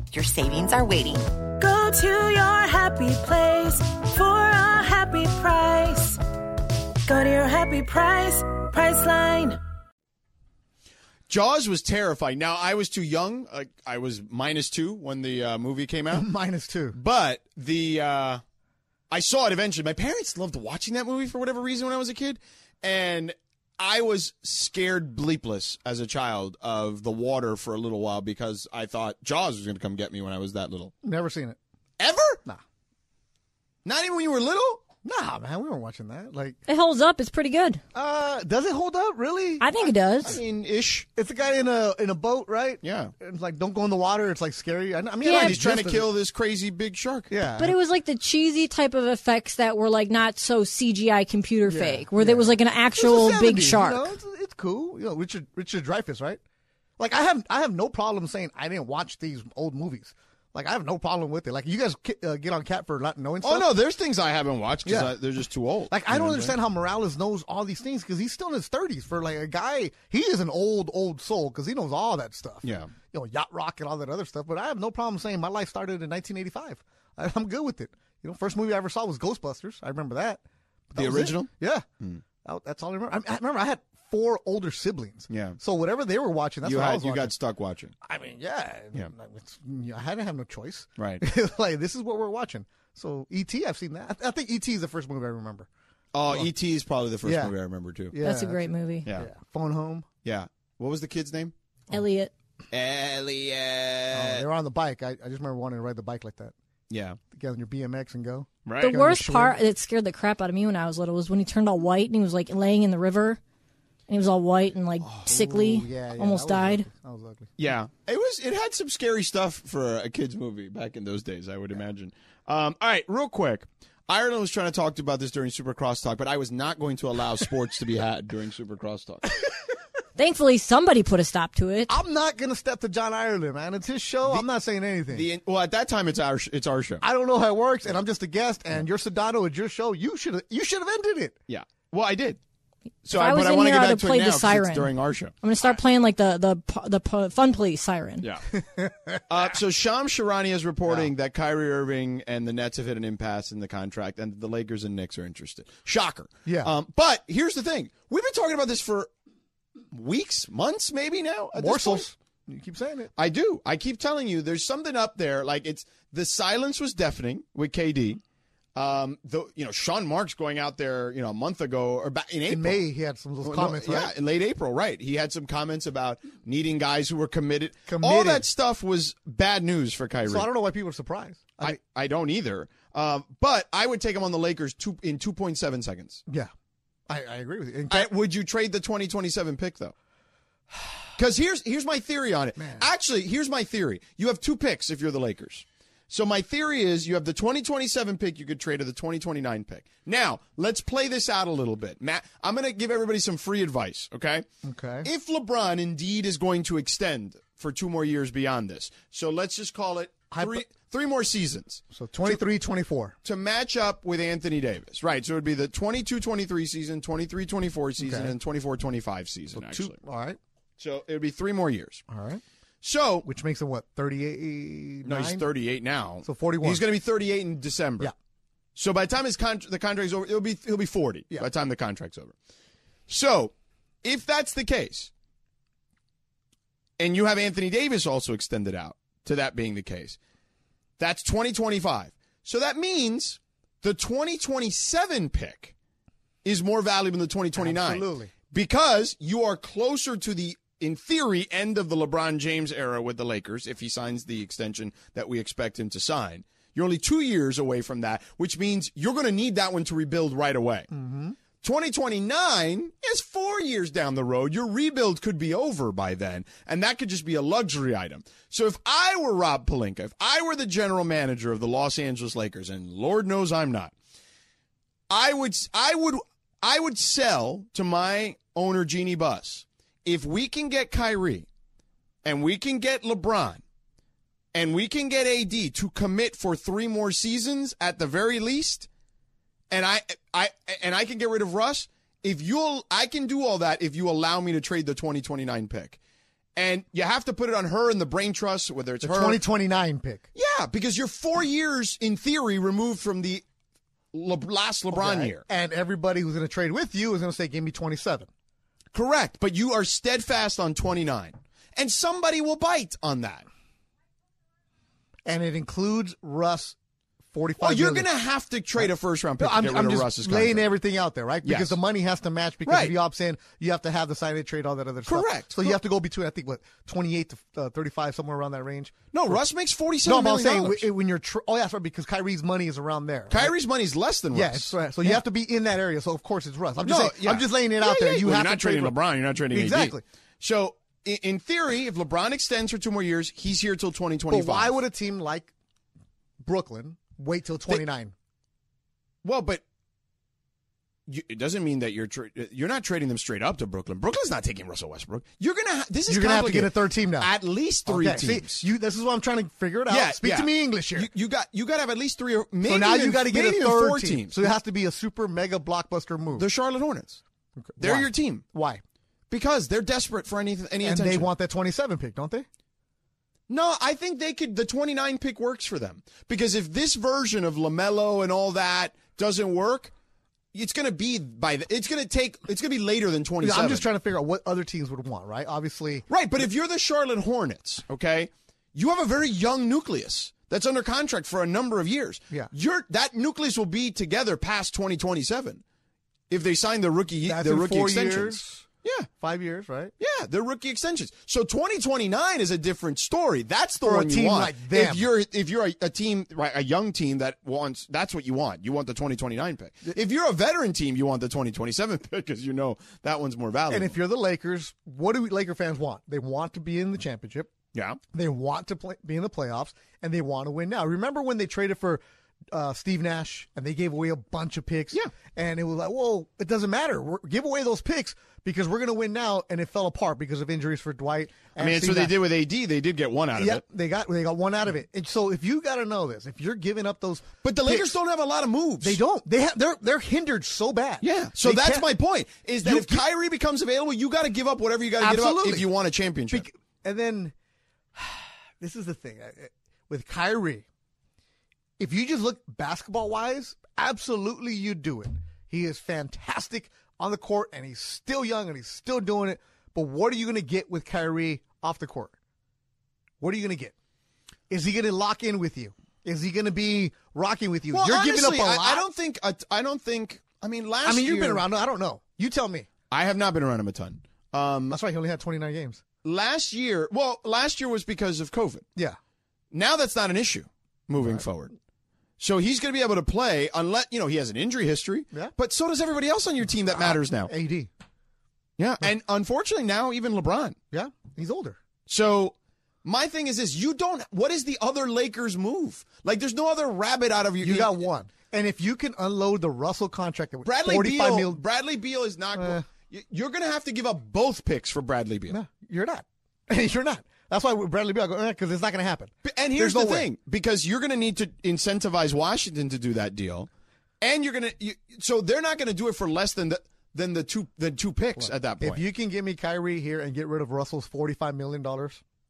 Speaker 13: Your savings are waiting.
Speaker 14: Go to your happy place for a happy price. Go to your happy price, Priceline.
Speaker 2: Jaws was terrifying. Now I was too young. Like I was minus two when the uh, movie came out.
Speaker 3: minus two.
Speaker 2: But the uh, I saw it eventually. My parents loved watching that movie for whatever reason when I was a kid, and I was scared bleepless as a child of the water for a little while because I thought Jaws was going to come get me when I was that little.
Speaker 3: Never seen it.
Speaker 2: Ever?
Speaker 3: Nah.
Speaker 2: Not even when you were little?
Speaker 3: Nah, man, we weren't watching that. Like
Speaker 9: It holds up. It's pretty good.
Speaker 3: Uh, does it hold up? Really?
Speaker 9: I think it does.
Speaker 2: I mean, ish.
Speaker 3: It's a guy in a in a boat, right?
Speaker 2: Yeah.
Speaker 3: It's like don't go in the water. It's like scary. I, I mean,
Speaker 9: Yeah,
Speaker 3: I
Speaker 9: he's trying to kill
Speaker 2: this crazy big shark.
Speaker 3: Yeah,
Speaker 9: But it was like the cheesy type of effects that were like not so CGI computer
Speaker 3: Yeah,
Speaker 9: fake, where there was like an
Speaker 3: It's the
Speaker 9: actual big
Speaker 3: 70s, you
Speaker 9: shark.
Speaker 3: know? It's, it's cool. You know, Richard Richard Dreyfuss, right? Like I have I have no problem saying I didn't watch these old movies. Like I have no problem with it. Like you guys ki- uh, get on cat for not knowing.
Speaker 2: Oh
Speaker 3: stuff.
Speaker 2: no, there's things I haven't watched because
Speaker 3: Yeah.
Speaker 2: they're just too old.
Speaker 3: Like
Speaker 2: You
Speaker 3: I don't
Speaker 2: know what mean?
Speaker 3: understand how Morales knows all these things because he's still in his thirties. For like a guy, he is an old old soul because he knows all that stuff.
Speaker 2: Yeah.
Speaker 3: you know, yacht rock and all that other stuff. But I have no problem saying my life started in 1985. I, I'm good with it. You know, first movie I ever saw was Ghostbusters. I remember that. But that
Speaker 2: The
Speaker 3: was it.
Speaker 2: original?
Speaker 3: Yeah,
Speaker 2: Mm.
Speaker 3: That- that's all I remember. I, I remember I had four older siblings.
Speaker 2: Yeah.
Speaker 3: So whatever they were watching, that's
Speaker 2: you
Speaker 3: what I
Speaker 2: had,
Speaker 3: was
Speaker 2: you
Speaker 3: watching.
Speaker 2: got stuck watching.
Speaker 3: I mean, yeah,
Speaker 2: Yeah.
Speaker 3: like, it's- you know, I had to have no choice.
Speaker 2: Right.
Speaker 3: like this is what we're watching. So ET, I've seen that. I, I think ET is the first movie I remember.
Speaker 2: Oh, E.T. is probably the first
Speaker 3: Yeah.
Speaker 2: movie I remember too.
Speaker 3: Yeah, That's a
Speaker 9: great movie.
Speaker 2: Yeah.
Speaker 3: Phone home.
Speaker 2: Yeah. What was the kid's name?
Speaker 9: Oh. Elliot.
Speaker 2: Elliot.
Speaker 3: Oh, they were on the bike. I, I just remember wanting to ride the bike like that.
Speaker 2: Yeah.
Speaker 3: Get on your BMX and go.
Speaker 2: Right.
Speaker 9: The worst part that scared the crap out of me when I was little was when he turned all white and he was like laying in the river, and he was all white and like sickly,
Speaker 3: Oh, yeah, yeah,
Speaker 9: almost
Speaker 3: that was
Speaker 9: died.
Speaker 3: That was ugly.
Speaker 2: Yeah. It was it had some scary stuff for a kids movie back in those days, I would imagine. Um, all right, real quick. Ireland was trying to talk about this during Super Crosstalk, but I was not going to allow sports to be had during Super Crosstalk.
Speaker 9: Thankfully, somebody put a stop to it.
Speaker 3: I'm not gonna step to John Ireland, man. It's his show. I'm not saying anything.
Speaker 2: The well, at that time it's our sh- it's our show.
Speaker 3: I don't know how it works, and I'm just a guest. And your Sedano is your show. You should you should have ended it.
Speaker 2: Yeah. Well, I did. So,
Speaker 9: If I was
Speaker 2: but I
Speaker 9: in
Speaker 2: want to
Speaker 9: there, I'd
Speaker 2: get back
Speaker 9: have
Speaker 2: to it
Speaker 9: played
Speaker 2: now
Speaker 9: the
Speaker 2: 'cause
Speaker 9: siren.
Speaker 2: it's during our show.
Speaker 9: I'm gonna start playing like the the pu- the pu- fun police siren.
Speaker 2: Yeah. Uh, so Sham Sharania is reporting that Kyrie Irving and the Nets have hit an impasse in the contract, and the Lakers and Knicks are interested. Shocker.
Speaker 3: Yeah.
Speaker 2: Um, but here's the thing: we've been talking about this for weeks, months, maybe now. at this point.
Speaker 3: Morsels. You keep saying it.
Speaker 2: I do. I keep telling you, there's something up there. Like it's the silence was deafening with KD. Um, though you know, Sean Marks going out there, you know, a month ago or back in April.
Speaker 3: In May, he had some of those
Speaker 2: Well, no,
Speaker 3: comments, right?
Speaker 2: Yeah, in late April, right. He had some comments about needing guys who were committed. All
Speaker 3: Committed.
Speaker 2: that stuff was bad news for Kyrie.
Speaker 3: So I don't know why people are surprised.
Speaker 2: I, I don't either. Um, but I would take him on the Lakers two, in 2.7 seconds.
Speaker 3: Yeah, I, I agree with you. And
Speaker 2: I- would you trade the 2027 pick though? Because here's here's my theory on it. Actually, here's my theory. You have two picks if you're the Lakers. So my theory is you have the 2027 pick you could trade or the 2029 pick. Now let's play this out a little bit, Matt. I'm going to give everybody some free advice. Okay.
Speaker 3: Okay.
Speaker 2: If LeBron indeed is going to extend for two more years beyond this, so let's just call it three three more seasons
Speaker 3: So 23, 24.
Speaker 2: to match up with Anthony Davis. Right. So it would be the 22 23 season, 23 24 season,
Speaker 3: Okay.
Speaker 2: and 24 25 season, actually.
Speaker 3: All right.
Speaker 2: So it would be three more years.
Speaker 3: All right.
Speaker 2: So.
Speaker 3: Which makes him what, 38?
Speaker 2: No, he's 38 now.
Speaker 3: So 41.
Speaker 2: He's going to be 38 in December. Yeah. So by the time his con- the contract's over, it'll be he'll be 40 by the time the contract's over. So if that's the case, and you have Anthony Davis also extended out to that being the case, that's 2025. So that means the 2027 pick is more valuable than the 2029.
Speaker 3: Absolutely.
Speaker 2: Because you are closer to the, in theory, end of the LeBron James era with the Lakers if he signs the extension that we expect him to sign. You're only two years away from that, which means you're going to need that one to rebuild right away.
Speaker 3: Mm. Mm-hmm.
Speaker 2: 2029 is four years down the road. Your rebuild could be over by then, and that could just be a luxury item. So if I were Rob Palinka, if I were the general manager of the Los Angeles Lakers, and Lord knows I'm not, I would I would I would sell to my owner Jeannie Buss if we can get Kyrie and we can get LeBron and we can get AD to commit for three more seasons at the very least and I I and I can get rid of Russ if you'll I can do all that if you allow me to trade the 2029 pick. And you have to put it on her and the brain trust whether it's
Speaker 3: The
Speaker 2: her
Speaker 3: 2029 pick.
Speaker 2: Yeah, because you're 4 years in theory removed from the Le- last LeBron
Speaker 3: Okay.
Speaker 2: year.
Speaker 3: And everybody who's going to trade with you is going to say, give me 27.
Speaker 2: Correct, but you are steadfast on 29. And somebody will bite on that.
Speaker 3: And it includes Russ 45
Speaker 2: Well, you're
Speaker 3: million.
Speaker 2: going to have to trade a first round pick
Speaker 3: No,
Speaker 2: to
Speaker 3: I'm,
Speaker 2: get rid
Speaker 3: I'm
Speaker 2: of
Speaker 3: just
Speaker 2: Russ's
Speaker 3: laying
Speaker 2: contract.
Speaker 3: everything out there, right? Because
Speaker 2: Yes.
Speaker 3: the money has to match. Because
Speaker 2: Right.
Speaker 3: if you opt in, you have to have the sign and trade, all that other stuff.
Speaker 2: Correct.
Speaker 3: So you have to go between, I think, what twenty eight to uh, thirty five, somewhere around that range.
Speaker 2: No,
Speaker 3: For-
Speaker 2: Russ makes $47
Speaker 3: No, but I'm
Speaker 2: million
Speaker 3: saying w- when you're. Tr- oh, yeah, that's right. Because Kyrie's money is around there. right?
Speaker 2: Kyrie's money's less than Russ.
Speaker 3: Yeah, that's right. So you have to be in that area. So of course it's Russ. I'm
Speaker 2: No,
Speaker 3: just, saying,
Speaker 2: yeah.
Speaker 3: I'm just laying it
Speaker 2: Yeah,
Speaker 3: out there.
Speaker 2: yeah,
Speaker 3: You
Speaker 2: well,
Speaker 3: have
Speaker 2: you're
Speaker 3: to
Speaker 2: not trading
Speaker 3: trade
Speaker 2: LeBron. You're not trading AD.
Speaker 3: exactly.
Speaker 2: So, i- in theory, if LeBron extends for two more years, he's here till 2025.
Speaker 3: But why would a team like Brooklyn wait till 29?
Speaker 2: Well, but you, it doesn't mean that you're tra- you're not trading them straight up to Brooklyn. Brooklyn's not taking Russell Westbrook. You're gonna ha- this is
Speaker 3: You're gonna have to get a
Speaker 2: complicated.
Speaker 3: third team now.
Speaker 2: At least three
Speaker 3: Okay, see,
Speaker 2: teams.
Speaker 3: you, this is what I'm trying to figure it out.
Speaker 2: Yeah,
Speaker 3: Speak
Speaker 2: yeah.
Speaker 3: to me English here.
Speaker 2: You, you got you got to have at least three or maybe
Speaker 3: so now
Speaker 2: even-
Speaker 3: you got to get
Speaker 2: maybe
Speaker 3: a
Speaker 2: even
Speaker 3: third
Speaker 2: four
Speaker 3: team.
Speaker 2: teams.
Speaker 3: So it has to be a super mega blockbuster move.
Speaker 2: The Charlotte Hornets. They're your team.
Speaker 3: Why?
Speaker 2: Because they're desperate for any any
Speaker 3: and
Speaker 2: attention.
Speaker 3: they want that 27 pick, don't they?
Speaker 2: No, I think they could. The 29 pick works for them because if this version of Lamelo and all that doesn't work, it's going to be by the, it's going to take it's going to be later than 27.
Speaker 3: I'm just trying to figure out what other teams would want, right? Obviously,
Speaker 2: right, but if you're the Charlotte Hornets, okay, you have a very young nucleus that's under contract for a number of years.
Speaker 3: Yeah.
Speaker 2: your that nucleus will be together past 2027 if they sign the rookie
Speaker 3: That's
Speaker 2: the
Speaker 3: in
Speaker 2: rookie
Speaker 3: four
Speaker 2: extensions.
Speaker 3: years.
Speaker 2: Yeah,
Speaker 3: five years, right?
Speaker 2: Yeah, they're rookie extensions. So 2029 is a different story. That's the
Speaker 3: For a
Speaker 2: one you
Speaker 3: team
Speaker 2: want.
Speaker 3: like them.
Speaker 2: If you're if you're a, a team right, a young team that wants that's what you want. You want the 2029 pick. If you're a veteran team, you want the 2027 pick because you know that one's more valuable.
Speaker 3: And if you're the Lakers, what do we Laker fans want? They want to be in the championship.
Speaker 2: yeah.
Speaker 3: They want to play, be in the playoffs, and they want to win now. Remember when they traded for uh, Steve Nash and they gave away a bunch of picks? Yeah. And it was like, whoa, it doesn't matter. We're, give away those picks because we're going to win now. And it fell apart because of injuries for Dwight.
Speaker 2: I
Speaker 3: and
Speaker 2: mean, it's
Speaker 3: Steve
Speaker 2: what they
Speaker 3: Nash.
Speaker 2: did with AD. They did get one out of
Speaker 3: Yep,
Speaker 2: it.
Speaker 3: they got they got one out of it. And so if you got to know this, if you're giving up those,
Speaker 2: but the Lakers don't have a lot of moves.
Speaker 3: They don't. They have they're they're hindered so bad. Yeah.
Speaker 2: So that's my point: is that if Kyrie becomes available, you got to give up whatever you got to give up
Speaker 3: Absolutely.
Speaker 2: if you want a championship.
Speaker 3: and then this is the thing I- I- with Kyrie. If you just look basketball wise, absolutely you do it. He is fantastic on the court, and he's still young, and he's still doing it. But what are you going to get with Kyrie off the court? What are you going to get? Is he going to lock in with you? Is he going to be rocking with you?
Speaker 2: Well,
Speaker 3: You're
Speaker 2: honestly,
Speaker 3: giving up a
Speaker 2: I-
Speaker 3: lot.
Speaker 2: I, don't think. I, I don't think. I mean, last.
Speaker 3: I mean, you've been
Speaker 2: year-
Speaker 3: around. I don't know. You tell me.
Speaker 2: I have not been around him a ton. Um, That's
Speaker 3: right. He only had 29 games.
Speaker 2: Last year, well, last year was because of COVID.
Speaker 3: Yeah.
Speaker 2: Now that's not an issue moving forward. So he's going to be able to play unless, you know, he has an injury history. Yeah. But so does everybody else on your team that matters now.
Speaker 3: AD.
Speaker 2: Yeah. And unfortunately now even LeBron.
Speaker 3: Yeah. He's older.
Speaker 2: So my thing is this, you don't what is the other Lakers move? Like there's no other rabbit out of your
Speaker 3: You got one. And if you can unload the Russell contract, that was
Speaker 2: Bradley
Speaker 3: 45
Speaker 2: Beal.
Speaker 3: mil-
Speaker 2: Bradley Beal is not. go- you- you're going to have to give up both picks for Bradley Beal.
Speaker 3: you're not. you're not. That's why with Bradley Beal, because it's not going to happen.
Speaker 2: And
Speaker 3: There's
Speaker 2: here's
Speaker 3: no
Speaker 2: the
Speaker 3: way.
Speaker 2: thing, because you're going to need to incentivize Washington to do that deal, and you're going to. You, so they're not going to do it for less than the than the two than two picks at that point.
Speaker 3: If you can give me Kyrie here and get rid of Russell's $45 million,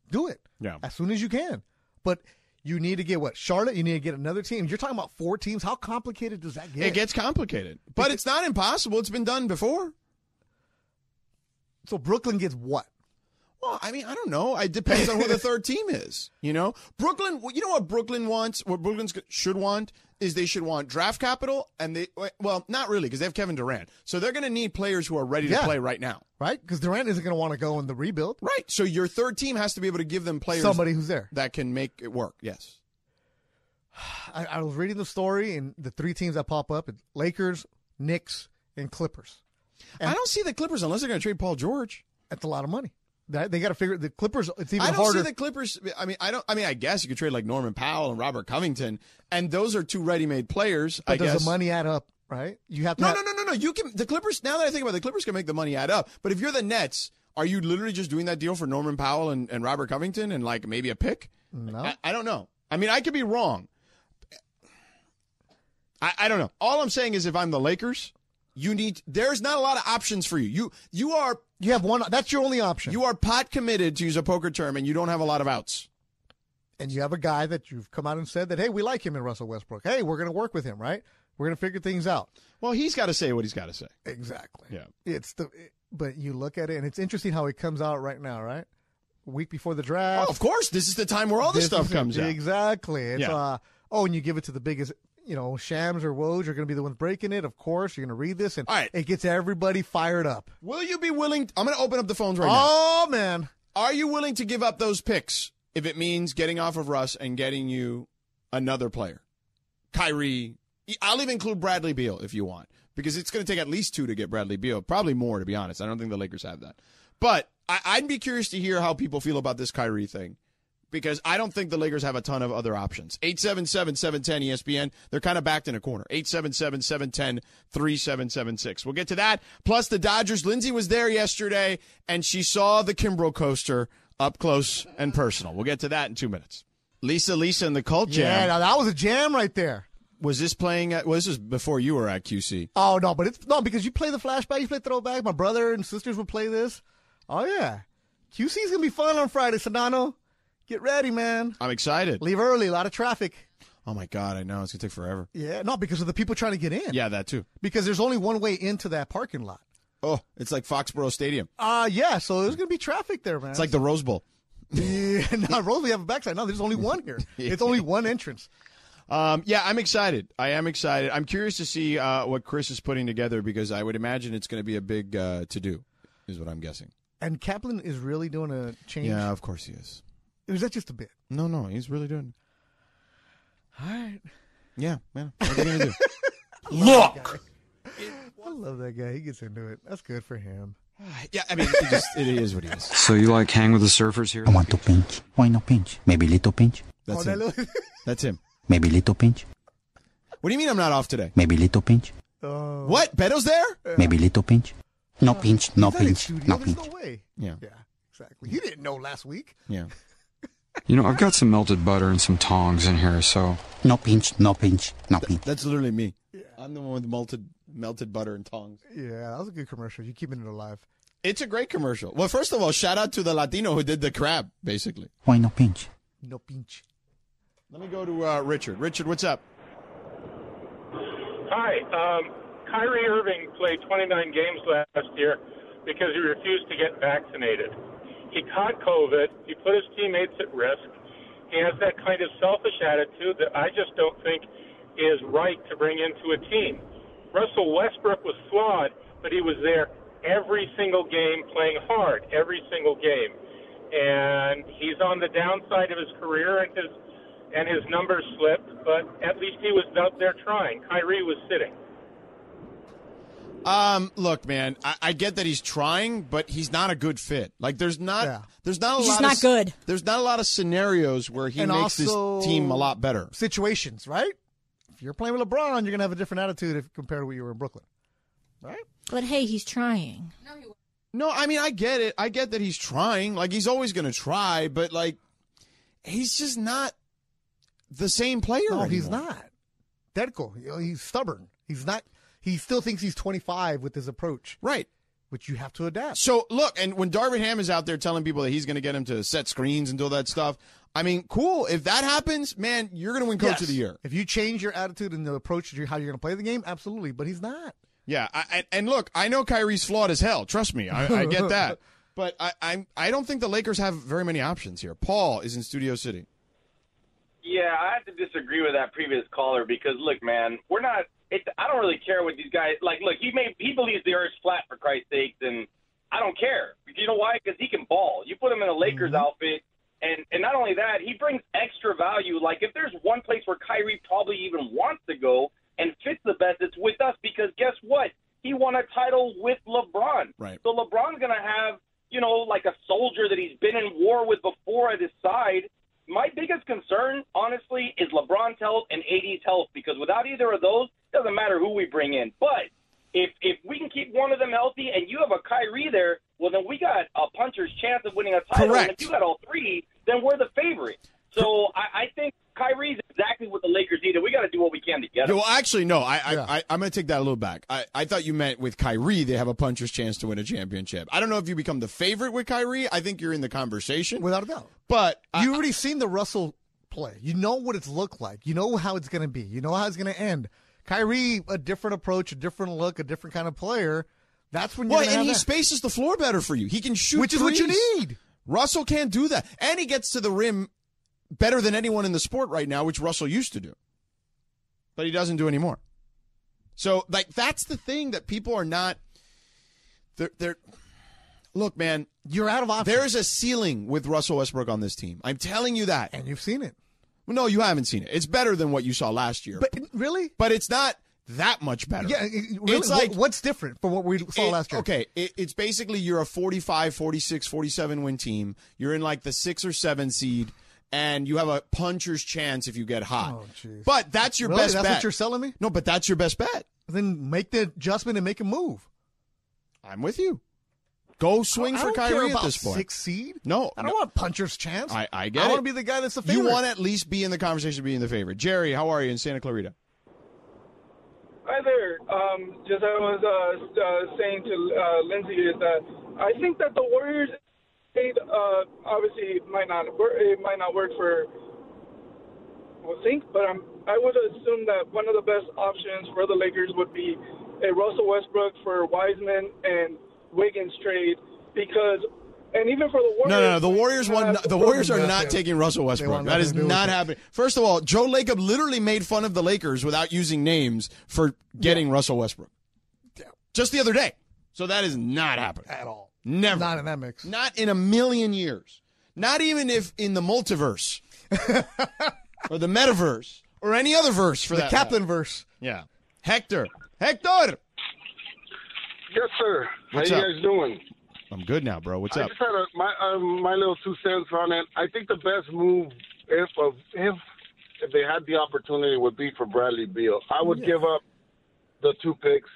Speaker 3: do it.
Speaker 2: Yeah.
Speaker 3: As soon as you can. But you need to get what? Charlotte, you need to get another team. You're talking about four teams. How complicated does that get?
Speaker 2: It gets complicated, but it's not impossible. It's been done before.
Speaker 3: So Brooklyn gets what?
Speaker 2: Well, I mean, I don't know. It depends on who the third team is. You know, Brooklyn. well, You know what Brooklyn wants? What Brooklyn should want is they should want draft capital, and they well, not really because they have Kevin Durant, so they're going to need players who are ready to
Speaker 3: Yeah.
Speaker 2: play right now.
Speaker 3: Right? Because Durant isn't going to want to go in the rebuild.
Speaker 2: Right. So your third team has to be able to give them players
Speaker 3: Somebody who's there.
Speaker 2: that can make it work. Yes.
Speaker 3: I, I was reading the story and the three teams that pop up it's Lakers, Knicks, and Clippers.
Speaker 2: I don't see the Clippers unless they're going to trade Paul George.
Speaker 3: That's a lot of money. That, they got to figure the Clippers. It's even
Speaker 2: I don't
Speaker 3: harder.
Speaker 2: see the Clippers. I mean, I don't. I mean, I guess you could trade like Norman Powell and Robert Covington, and those are two ready-made players.
Speaker 3: but
Speaker 2: I
Speaker 3: does
Speaker 2: guess.
Speaker 3: the money add up? Right? You have to.
Speaker 2: no,
Speaker 3: have-
Speaker 2: no, no, no, no. You can the Clippers. Now that I think about it, the Clippers can make the money add up. But if you're the Nets, are you literally just doing that deal for Norman Powell and, and Robert Covington and like maybe a pick?
Speaker 3: No.
Speaker 2: I, I don't know. I mean, I could be wrong. I, I don't know. All I'm saying is, if I'm the Lakers, you need. There's not a lot of options for you. You you are
Speaker 3: you have one. That's your only option.
Speaker 2: You are pot committed to use a poker term, and you don't have a lot of outs.
Speaker 3: and you have a guy that you've come out and said that, hey, we like him in Russell Westbrook. Hey, we're going to work with him, right? We're going to figure things out.
Speaker 2: Well, he's got to say what he's got to say.
Speaker 3: Exactly.
Speaker 2: Yeah.
Speaker 3: It's the, but you look at it and it's interesting how it comes out right now, right? Week before the draft.
Speaker 2: Oh, of course, this is the time where all this stuff
Speaker 3: is-
Speaker 2: comes out.
Speaker 3: Exactly. It's,
Speaker 2: Yeah.
Speaker 3: uh, oh, and you give it to the biggest, you know, Shams or Woj are going to be the ones breaking it. Of course, you're going to read this and it gets everybody fired up.
Speaker 2: Will you be willing? I'm going to open up the phones right
Speaker 3: oh, man.
Speaker 2: now. Are you willing to give up those picks if it means getting off of Russ and getting you another player? Kyrie. I'll even include Bradley Beal if you want, because it's going to take at least two to get Bradley Beal, probably more, to be honest. I don't think the Lakers have that. But I, I'd be curious to hear how people feel about this Kyrie thing. Because I don't think the Lakers have a ton of other options. 877 710 ESPN. They're kind of backed in a corner. 877 710 3776. We'll get to that. Plus, the Dodgers. Lindsay was there yesterday, and she saw the Kimbrough coaster up close and personal. We'll get to that in two minutes. Lisa, Lisa, and the Cult Jam.
Speaker 3: Yeah, now that was a jam right there.
Speaker 2: Was this playing? At, well, this is before you were at QC.
Speaker 3: Oh no, but it's no because you play the flashback, you play throwback. My brother and sisters would play this. Oh yeah, QC's gonna be fun on Friday. Sedano, get ready, man.
Speaker 2: I'm excited.
Speaker 3: Leave early, a lot of traffic.
Speaker 2: Oh my god, I know it's gonna take forever.
Speaker 3: Yeah, no, because of the people trying to get in.
Speaker 2: Yeah, that too.
Speaker 3: because there's only one way into that parking lot.
Speaker 2: Oh, it's like Foxborough Stadium.
Speaker 3: Uh yeah, so there's gonna be traffic there, man.
Speaker 2: It's like the Rose Bowl.
Speaker 3: yeah, no, Rose, we have a backside. No, there's only one here. It's only one entrance.
Speaker 2: Um, yeah, I'm excited. I am excited. I'm curious to see uh, what Chris is putting together because I would imagine it's going to be a big uh, to do, is what I'm guessing.
Speaker 3: And Kaplan is really doing a change.
Speaker 2: Yeah, of course he is.
Speaker 3: Or is that just a bit?
Speaker 2: No, no, he's really doing.
Speaker 3: All right.
Speaker 2: Yeah, man. What are you gonna do?
Speaker 3: Look. I love that guy. He gets into it. That's good for him.
Speaker 2: Yeah, I mean, it, just, it is what it is.
Speaker 15: So you like hang with the surfers here?
Speaker 16: I want to pinch. Why no pinch? Maybe little pinch.
Speaker 2: That's
Speaker 3: Oh, that
Speaker 2: him. That's him.
Speaker 16: Maybe little pinch.
Speaker 2: What do you mean I'm not off today?
Speaker 16: Maybe little pinch.
Speaker 3: Oh.
Speaker 2: What? Beto's there?
Speaker 16: Maybe little pinch. No pinch. No
Speaker 3: He's not in
Speaker 16: pinch.
Speaker 3: studio.
Speaker 16: No
Speaker 3: There's
Speaker 16: pinch.
Speaker 3: no way.
Speaker 2: Yeah.
Speaker 3: Yeah. Exactly. You didn't know last week.
Speaker 2: Yeah.
Speaker 15: You know, I've got some melted butter and some tongs in here, so.
Speaker 16: No pinch. No pinch. No pinch.
Speaker 2: That's literally me. I'm the one with melted melted butter and tongs.
Speaker 3: Yeah, that was a good commercial. You're keeping it alive.
Speaker 2: It's a great commercial. Well, first of all, shout out to the Latino who did the crab, basically.
Speaker 16: Why no pinch?
Speaker 3: No pinch.
Speaker 2: Let me go to uh, Richard. Richard, what's up?
Speaker 17: Hi. Um, Kyrie Irving played 29 games last year because he refused to get vaccinated. He caught COVID. He put his teammates at risk. He has that kind of selfish attitude that I just don't think is right to bring into a team. Russell Westbrook was flawed, but he was there every single game playing hard, every single game. And he's on the downside of his career and his and his numbers slipped, but at least he was out there trying. Kyrie was sitting.
Speaker 2: Um, look, man, I, I get that he's trying, but he's not a good fit. Like, there's not,
Speaker 3: Yeah.
Speaker 2: there's not a
Speaker 3: He's
Speaker 2: lot.
Speaker 3: just not
Speaker 2: of, s-
Speaker 3: good.
Speaker 2: There's not a lot of scenarios where he
Speaker 3: And
Speaker 2: makes
Speaker 3: also-
Speaker 2: this team a lot better.
Speaker 3: Situations, right? If you're playing with LeBron, you're gonna have a different attitude if compared to when you were in Brooklyn.
Speaker 9: But hey, he's trying.
Speaker 2: No, I mean, I get it. I get that he's trying. Like, he's always going to try, but like, he's just not the same player.
Speaker 3: No, he's
Speaker 2: anymore.
Speaker 3: not. Dedko, you know, he's stubborn. He's not. He still thinks he's 25 with his approach.
Speaker 2: Right.
Speaker 3: Which you have to adapt.
Speaker 2: So look, and when Darvin Ham is out there telling people that he's going to get him to set screens and do all that stuff, I mean, cool. If that happens, man, you're going to win Coach
Speaker 3: Yes.
Speaker 2: of the Year.
Speaker 3: If you change your attitude and the approach to how you're going to play the game, absolutely. But he's not.
Speaker 2: Yeah, I, and, and look, I know Kyrie's flawed as hell. Trust me, I, I get that. But I, I'm, I don't think the Lakers have very many options here. Paul is in Studio City.
Speaker 18: Yeah, I have to disagree with that previous caller because look, man, we're not. It, I don't really care what these guys like. Look, he may he believes the earth's flat for Christ's sakes, and I don't care. You know why? Because he can ball. You put him in a Lakers outfit, and and not only that, he brings extra value. Like if there's one place where Kyrie probably even wants to go and fits the best, it's with us because guess what? He won a title with LeBron.
Speaker 2: Right.
Speaker 18: So LeBron's gonna have you know like a soldier that he's been in war with before at his side. My biggest concern, honestly, is LeBron's health and AD's health because without either of those, doesn't matter who we bring in. But if if we can keep one of them healthy and you have a Kyrie there, well then we got a puncher's chance of winning a title. And if you got all three, then we're the favorite. So I, I think Kyrie's exactly what the Lakers need, and we got to do what we can to get
Speaker 2: Yeah,
Speaker 18: him.
Speaker 2: well, actually, no. I, I, I, I'm going to take that a little back. I, I thought you meant with Kyrie, they have a puncher's chance to win a championship. I don't know if you become the favorite with Kyrie. I think you're in the conversation.
Speaker 3: Without a doubt.
Speaker 2: But
Speaker 3: You've already seen the Russell play. You know what it's looked like. You know how it's going to be. You know how it's going to end. Kyrie, a different approach, a different look, a different kind of player. That's when you're
Speaker 2: Well,
Speaker 3: gonna
Speaker 2: and
Speaker 3: have
Speaker 2: he
Speaker 3: that.
Speaker 2: spaces the floor better for you. He can shoot,
Speaker 3: Which is what you
Speaker 2: threes. Russell can't do that, and he gets to the rim better than anyone in the sport right now, which Russell used to do, but he doesn't do anymore. So, like, that's the thing that people are not. They're, they're look, man,
Speaker 3: you're out of options.
Speaker 2: There is a ceiling with Russell Westbrook on this team. I'm telling you that,
Speaker 3: and you've seen it.
Speaker 2: Well, no, you haven't seen it. It's better than what you saw last year,
Speaker 3: but really,
Speaker 2: but it's not that much better.
Speaker 3: Yeah, it- it- really,
Speaker 2: it's like
Speaker 3: what- what's different from what we saw
Speaker 2: it-
Speaker 3: last year?
Speaker 2: Okay, it, it's basically you're a 45, 46, 47 win team. You're in like the six or seven seed, and you have a puncher's chance if you get
Speaker 3: Oh,
Speaker 2: hot. but that's your
Speaker 3: Really?
Speaker 2: best
Speaker 3: That's
Speaker 2: bet.
Speaker 3: what you're selling me?
Speaker 2: No, but that's your best bet.
Speaker 3: Then make the adjustment and make a move.
Speaker 2: I'm with you. Go swing
Speaker 3: I
Speaker 2: for
Speaker 3: don't
Speaker 2: Kyrie
Speaker 3: care
Speaker 2: at
Speaker 3: about
Speaker 2: this point.
Speaker 3: Six seed?
Speaker 2: No,
Speaker 3: I don't
Speaker 2: no.
Speaker 3: want puncher's chance.
Speaker 2: I, I get
Speaker 3: I
Speaker 2: it.
Speaker 3: want to be the guy that's the
Speaker 2: You
Speaker 3: favorite.
Speaker 2: want to at least be in the conversation of being the favorite. Jerry, how are you in Santa Clarita?
Speaker 19: Hi there. Um, just I was uh, s- uh, saying to uh, Lindsay is that I think that the Warriors, uh, obviously might not work. It might not work for. I think, but I'm, I would assume that one of the best options for the Lakers would be a Russell Westbrook for Wiseman and Wiggins trade because, and even for the Warriors.
Speaker 2: No, no, no. The Warriors won. The Warriors are not
Speaker 19: taking.
Speaker 2: taking Russell Westbrook.
Speaker 19: want
Speaker 2: That
Speaker 19: nothing
Speaker 2: is
Speaker 19: to do with
Speaker 2: not
Speaker 19: it.
Speaker 2: happening. First of all, Joe Lacob literally made fun of the Lakers without using names for getting Russell Westbrook. Just the other day. So that is not happening
Speaker 3: at all.
Speaker 2: Never.
Speaker 3: Not in that mix.
Speaker 2: Not in a million years. Not even if in the multiverse or the metaverse or any other verse for
Speaker 3: the
Speaker 2: that.
Speaker 3: Kaplan
Speaker 2: matter.
Speaker 3: verse.
Speaker 2: Yeah. Hector. Hector.
Speaker 20: Yes, sir.
Speaker 2: What's
Speaker 20: How
Speaker 2: up?
Speaker 20: you guys doing?
Speaker 2: I'm good now, bro. What's
Speaker 20: I
Speaker 2: up?
Speaker 20: just had a, my um, my little two cents on it. I think the best move, if of if if they had the opportunity, would be for Bradley Beal. I would give up the two picks,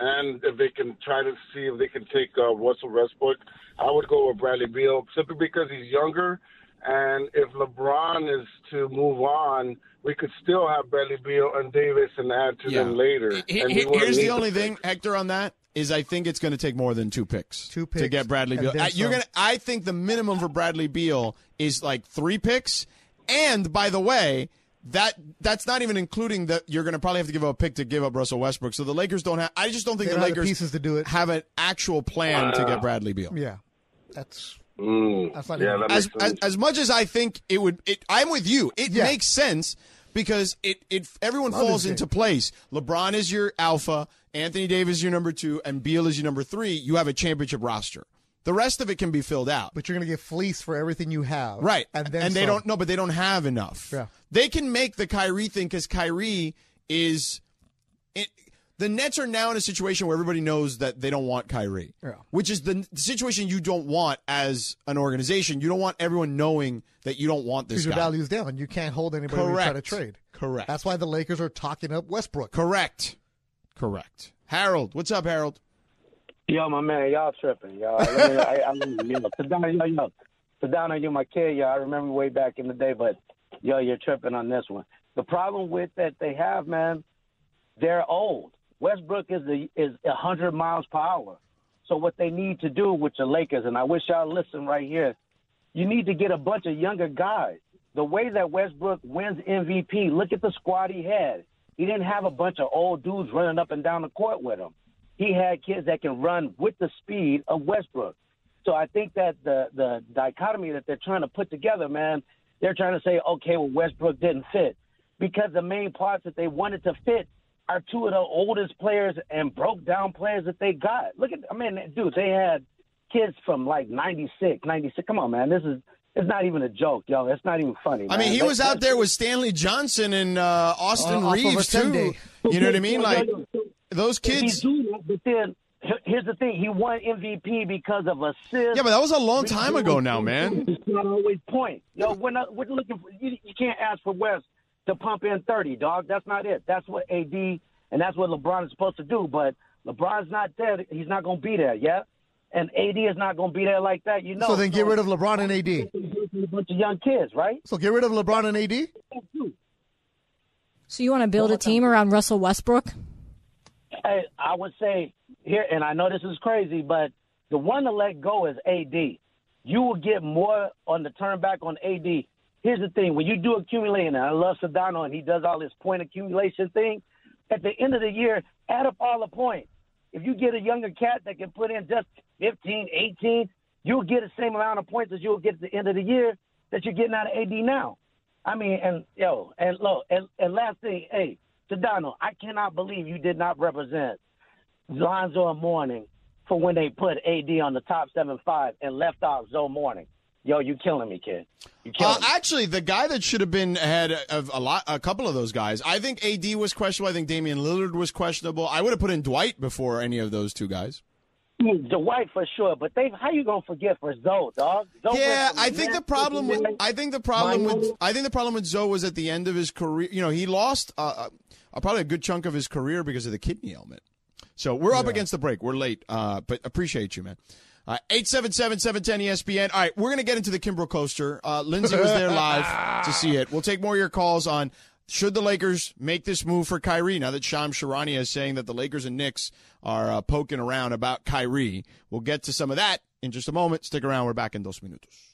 Speaker 20: and if they can try to see if they can take uh, Russell Westbrook, I would go with Bradley Beal simply because he's younger. And if LeBron is to move on, we could still have Bradley Beal and Davis and add to them later.
Speaker 2: He-
Speaker 20: and
Speaker 2: he-
Speaker 20: we wouldn't
Speaker 2: here's
Speaker 20: need
Speaker 2: the only thing, Hector, on that is I think it's going to take more than two picks, two to
Speaker 20: picks
Speaker 2: get Bradley
Speaker 20: and
Speaker 2: Beal.
Speaker 20: then
Speaker 2: I, you're
Speaker 20: some.
Speaker 2: gonna. I think the minimum for Bradley Beal is like three picks. And by the way, that that's not even including that you're going to probably have to give up a pick to give up Russell Westbrook. So the Lakers don't have. I just don't think
Speaker 3: They
Speaker 2: the
Speaker 3: don't have the
Speaker 2: Lakers
Speaker 3: pieces to do it.
Speaker 2: have an actual plan to get Bradley Beal.
Speaker 3: Yeah. That's
Speaker 20: Mm.
Speaker 3: yeah, that
Speaker 2: as,
Speaker 3: makes
Speaker 2: as
Speaker 3: sense.
Speaker 2: as much as I think it would, it, I'm with you. It makes sense because it it everyone
Speaker 3: Love
Speaker 2: falls
Speaker 3: this
Speaker 2: into place. LeBron is your alpha, Anthony Davis is your number two, and Beal is your number three. You have a championship roster. The rest of it can be filled out.
Speaker 3: But you're gonna get fleeced for everything you have,
Speaker 2: Right.
Speaker 3: And then
Speaker 2: and they
Speaker 3: some.
Speaker 2: don't know, but they don't have enough.
Speaker 3: Yeah.
Speaker 2: They can make the Kyrie thing because Kyrie is. It, the Nets are now in a situation where everybody knows that they don't want Kyrie,
Speaker 3: Yeah.
Speaker 2: which is the, the situation you don't want as an organization. You don't want everyone knowing that you don't want this
Speaker 3: Because your
Speaker 2: guy.
Speaker 3: value's down. You can't hold anybody when you try to
Speaker 2: Correct.
Speaker 3: trade.
Speaker 2: Correct.
Speaker 3: That's why the Lakers are talking up Westbrook.
Speaker 2: Correct. Correct. Harold, what's up, Harold?
Speaker 21: Yo, my man, y'all tripping, y'all. I mean, I, I mean, you know, Sedona, yo, yo, Sedona, you're my kid, yo. I remember way back in the day, but yo, you're tripping on this one. The problem with that they have, man, they're old. Westbrook is a, is a hundred miles per hour. So what they need to do with the Lakers, and I wish y'all listen right here, you need to get a bunch of younger guys. The way that Westbrook wins MVP, look at the squad he had. He didn't have a bunch of old dudes running up and down the court with him. He had kids that can run with the speed of Westbrook. So I think that the the dichotomy that they're trying to put together, man, they're trying to say, okay, well Westbrook didn't fit because the main parts that they wanted to fit are two of the oldest players and broke down players that they got. Look at, I mean, dude, they had kids from like 96, 96. Come on, man, this is it's not even a joke, yo. It's not even funny.
Speaker 2: I mean,
Speaker 21: man.
Speaker 2: he
Speaker 21: That-
Speaker 2: was out there with Stanley Johnson and uh, Austin
Speaker 21: Uh, off of
Speaker 2: Reeves
Speaker 21: a
Speaker 2: too.
Speaker 21: Sunday.
Speaker 2: You know what I mean? Like those kids.
Speaker 21: but then he- here's the thing: he won MVP because of assists.
Speaker 2: Yeah, but that was a long time ago now, man.
Speaker 21: It's not always point. Yo, we're not we're looking for. You, you can't ask for West to pump in thirty, dog. That's not it. That's what AD and that's what LeBron is supposed to do. But LeBron's not there. He's not going to be there. Yeah, and AD is not going to be there like that. You know.
Speaker 3: so then get rid of LeBron and AD.
Speaker 21: A bunch of young kids, right?
Speaker 3: So get rid of LeBron and AD.
Speaker 9: So you want to build a team around Russell Westbrook?
Speaker 21: I, I would say here, and I know this is crazy, but the one to let go is AD. You will get more on the turn back on AD. Here's the thing: when you do accumulate, and I love Sedano, and he does all this point accumulation thing. At the end of the year, add up all the points. If you get a younger cat that can put in just 15, 18, you'll get the same amount of points as you'll get at the end of the year that you're getting out of AD now. I mean, and yo, and look, and, and last thing, hey, Sedano, I cannot believe you did not represent Lonzo and Morning for when they put AD on the top seven five and left off Zoe Morning. Yo, you killing me, kid. You killing
Speaker 2: Uh, actually, the guy that should have been ahead of a lot, a couple of those guys. I think AD was questionable. I think Damian Lillard was questionable. I would have put in Dwight before any of those two guys.
Speaker 21: me. Dwight for sure, but they how you gonna forget for Zoe, dog? Zoe
Speaker 2: yeah,
Speaker 21: went from
Speaker 2: I think the
Speaker 21: Memphis
Speaker 2: problem.
Speaker 21: to
Speaker 2: With,
Speaker 21: Memphis.
Speaker 2: I think the problem with. I think the problem with Zoe was at the end of his career. You know, he lost uh, uh, probably a good chunk of his career because of the kidney ailment. So we're up against the break. We're late, uh, but appreciate you, man. Uh, Eight seven seven seven ten E ESPN. All right, we're gonna get into the Kimbrel coaster. Uh, Lindsay was there live to see it. We'll take more of your calls on should the Lakers make this move for Kyrie. Now that Sham Sharania is saying that the Lakers and Knicks are uh, poking around about Kyrie, we'll get to some of that in just a moment. Stick around. We're back in dos minutos.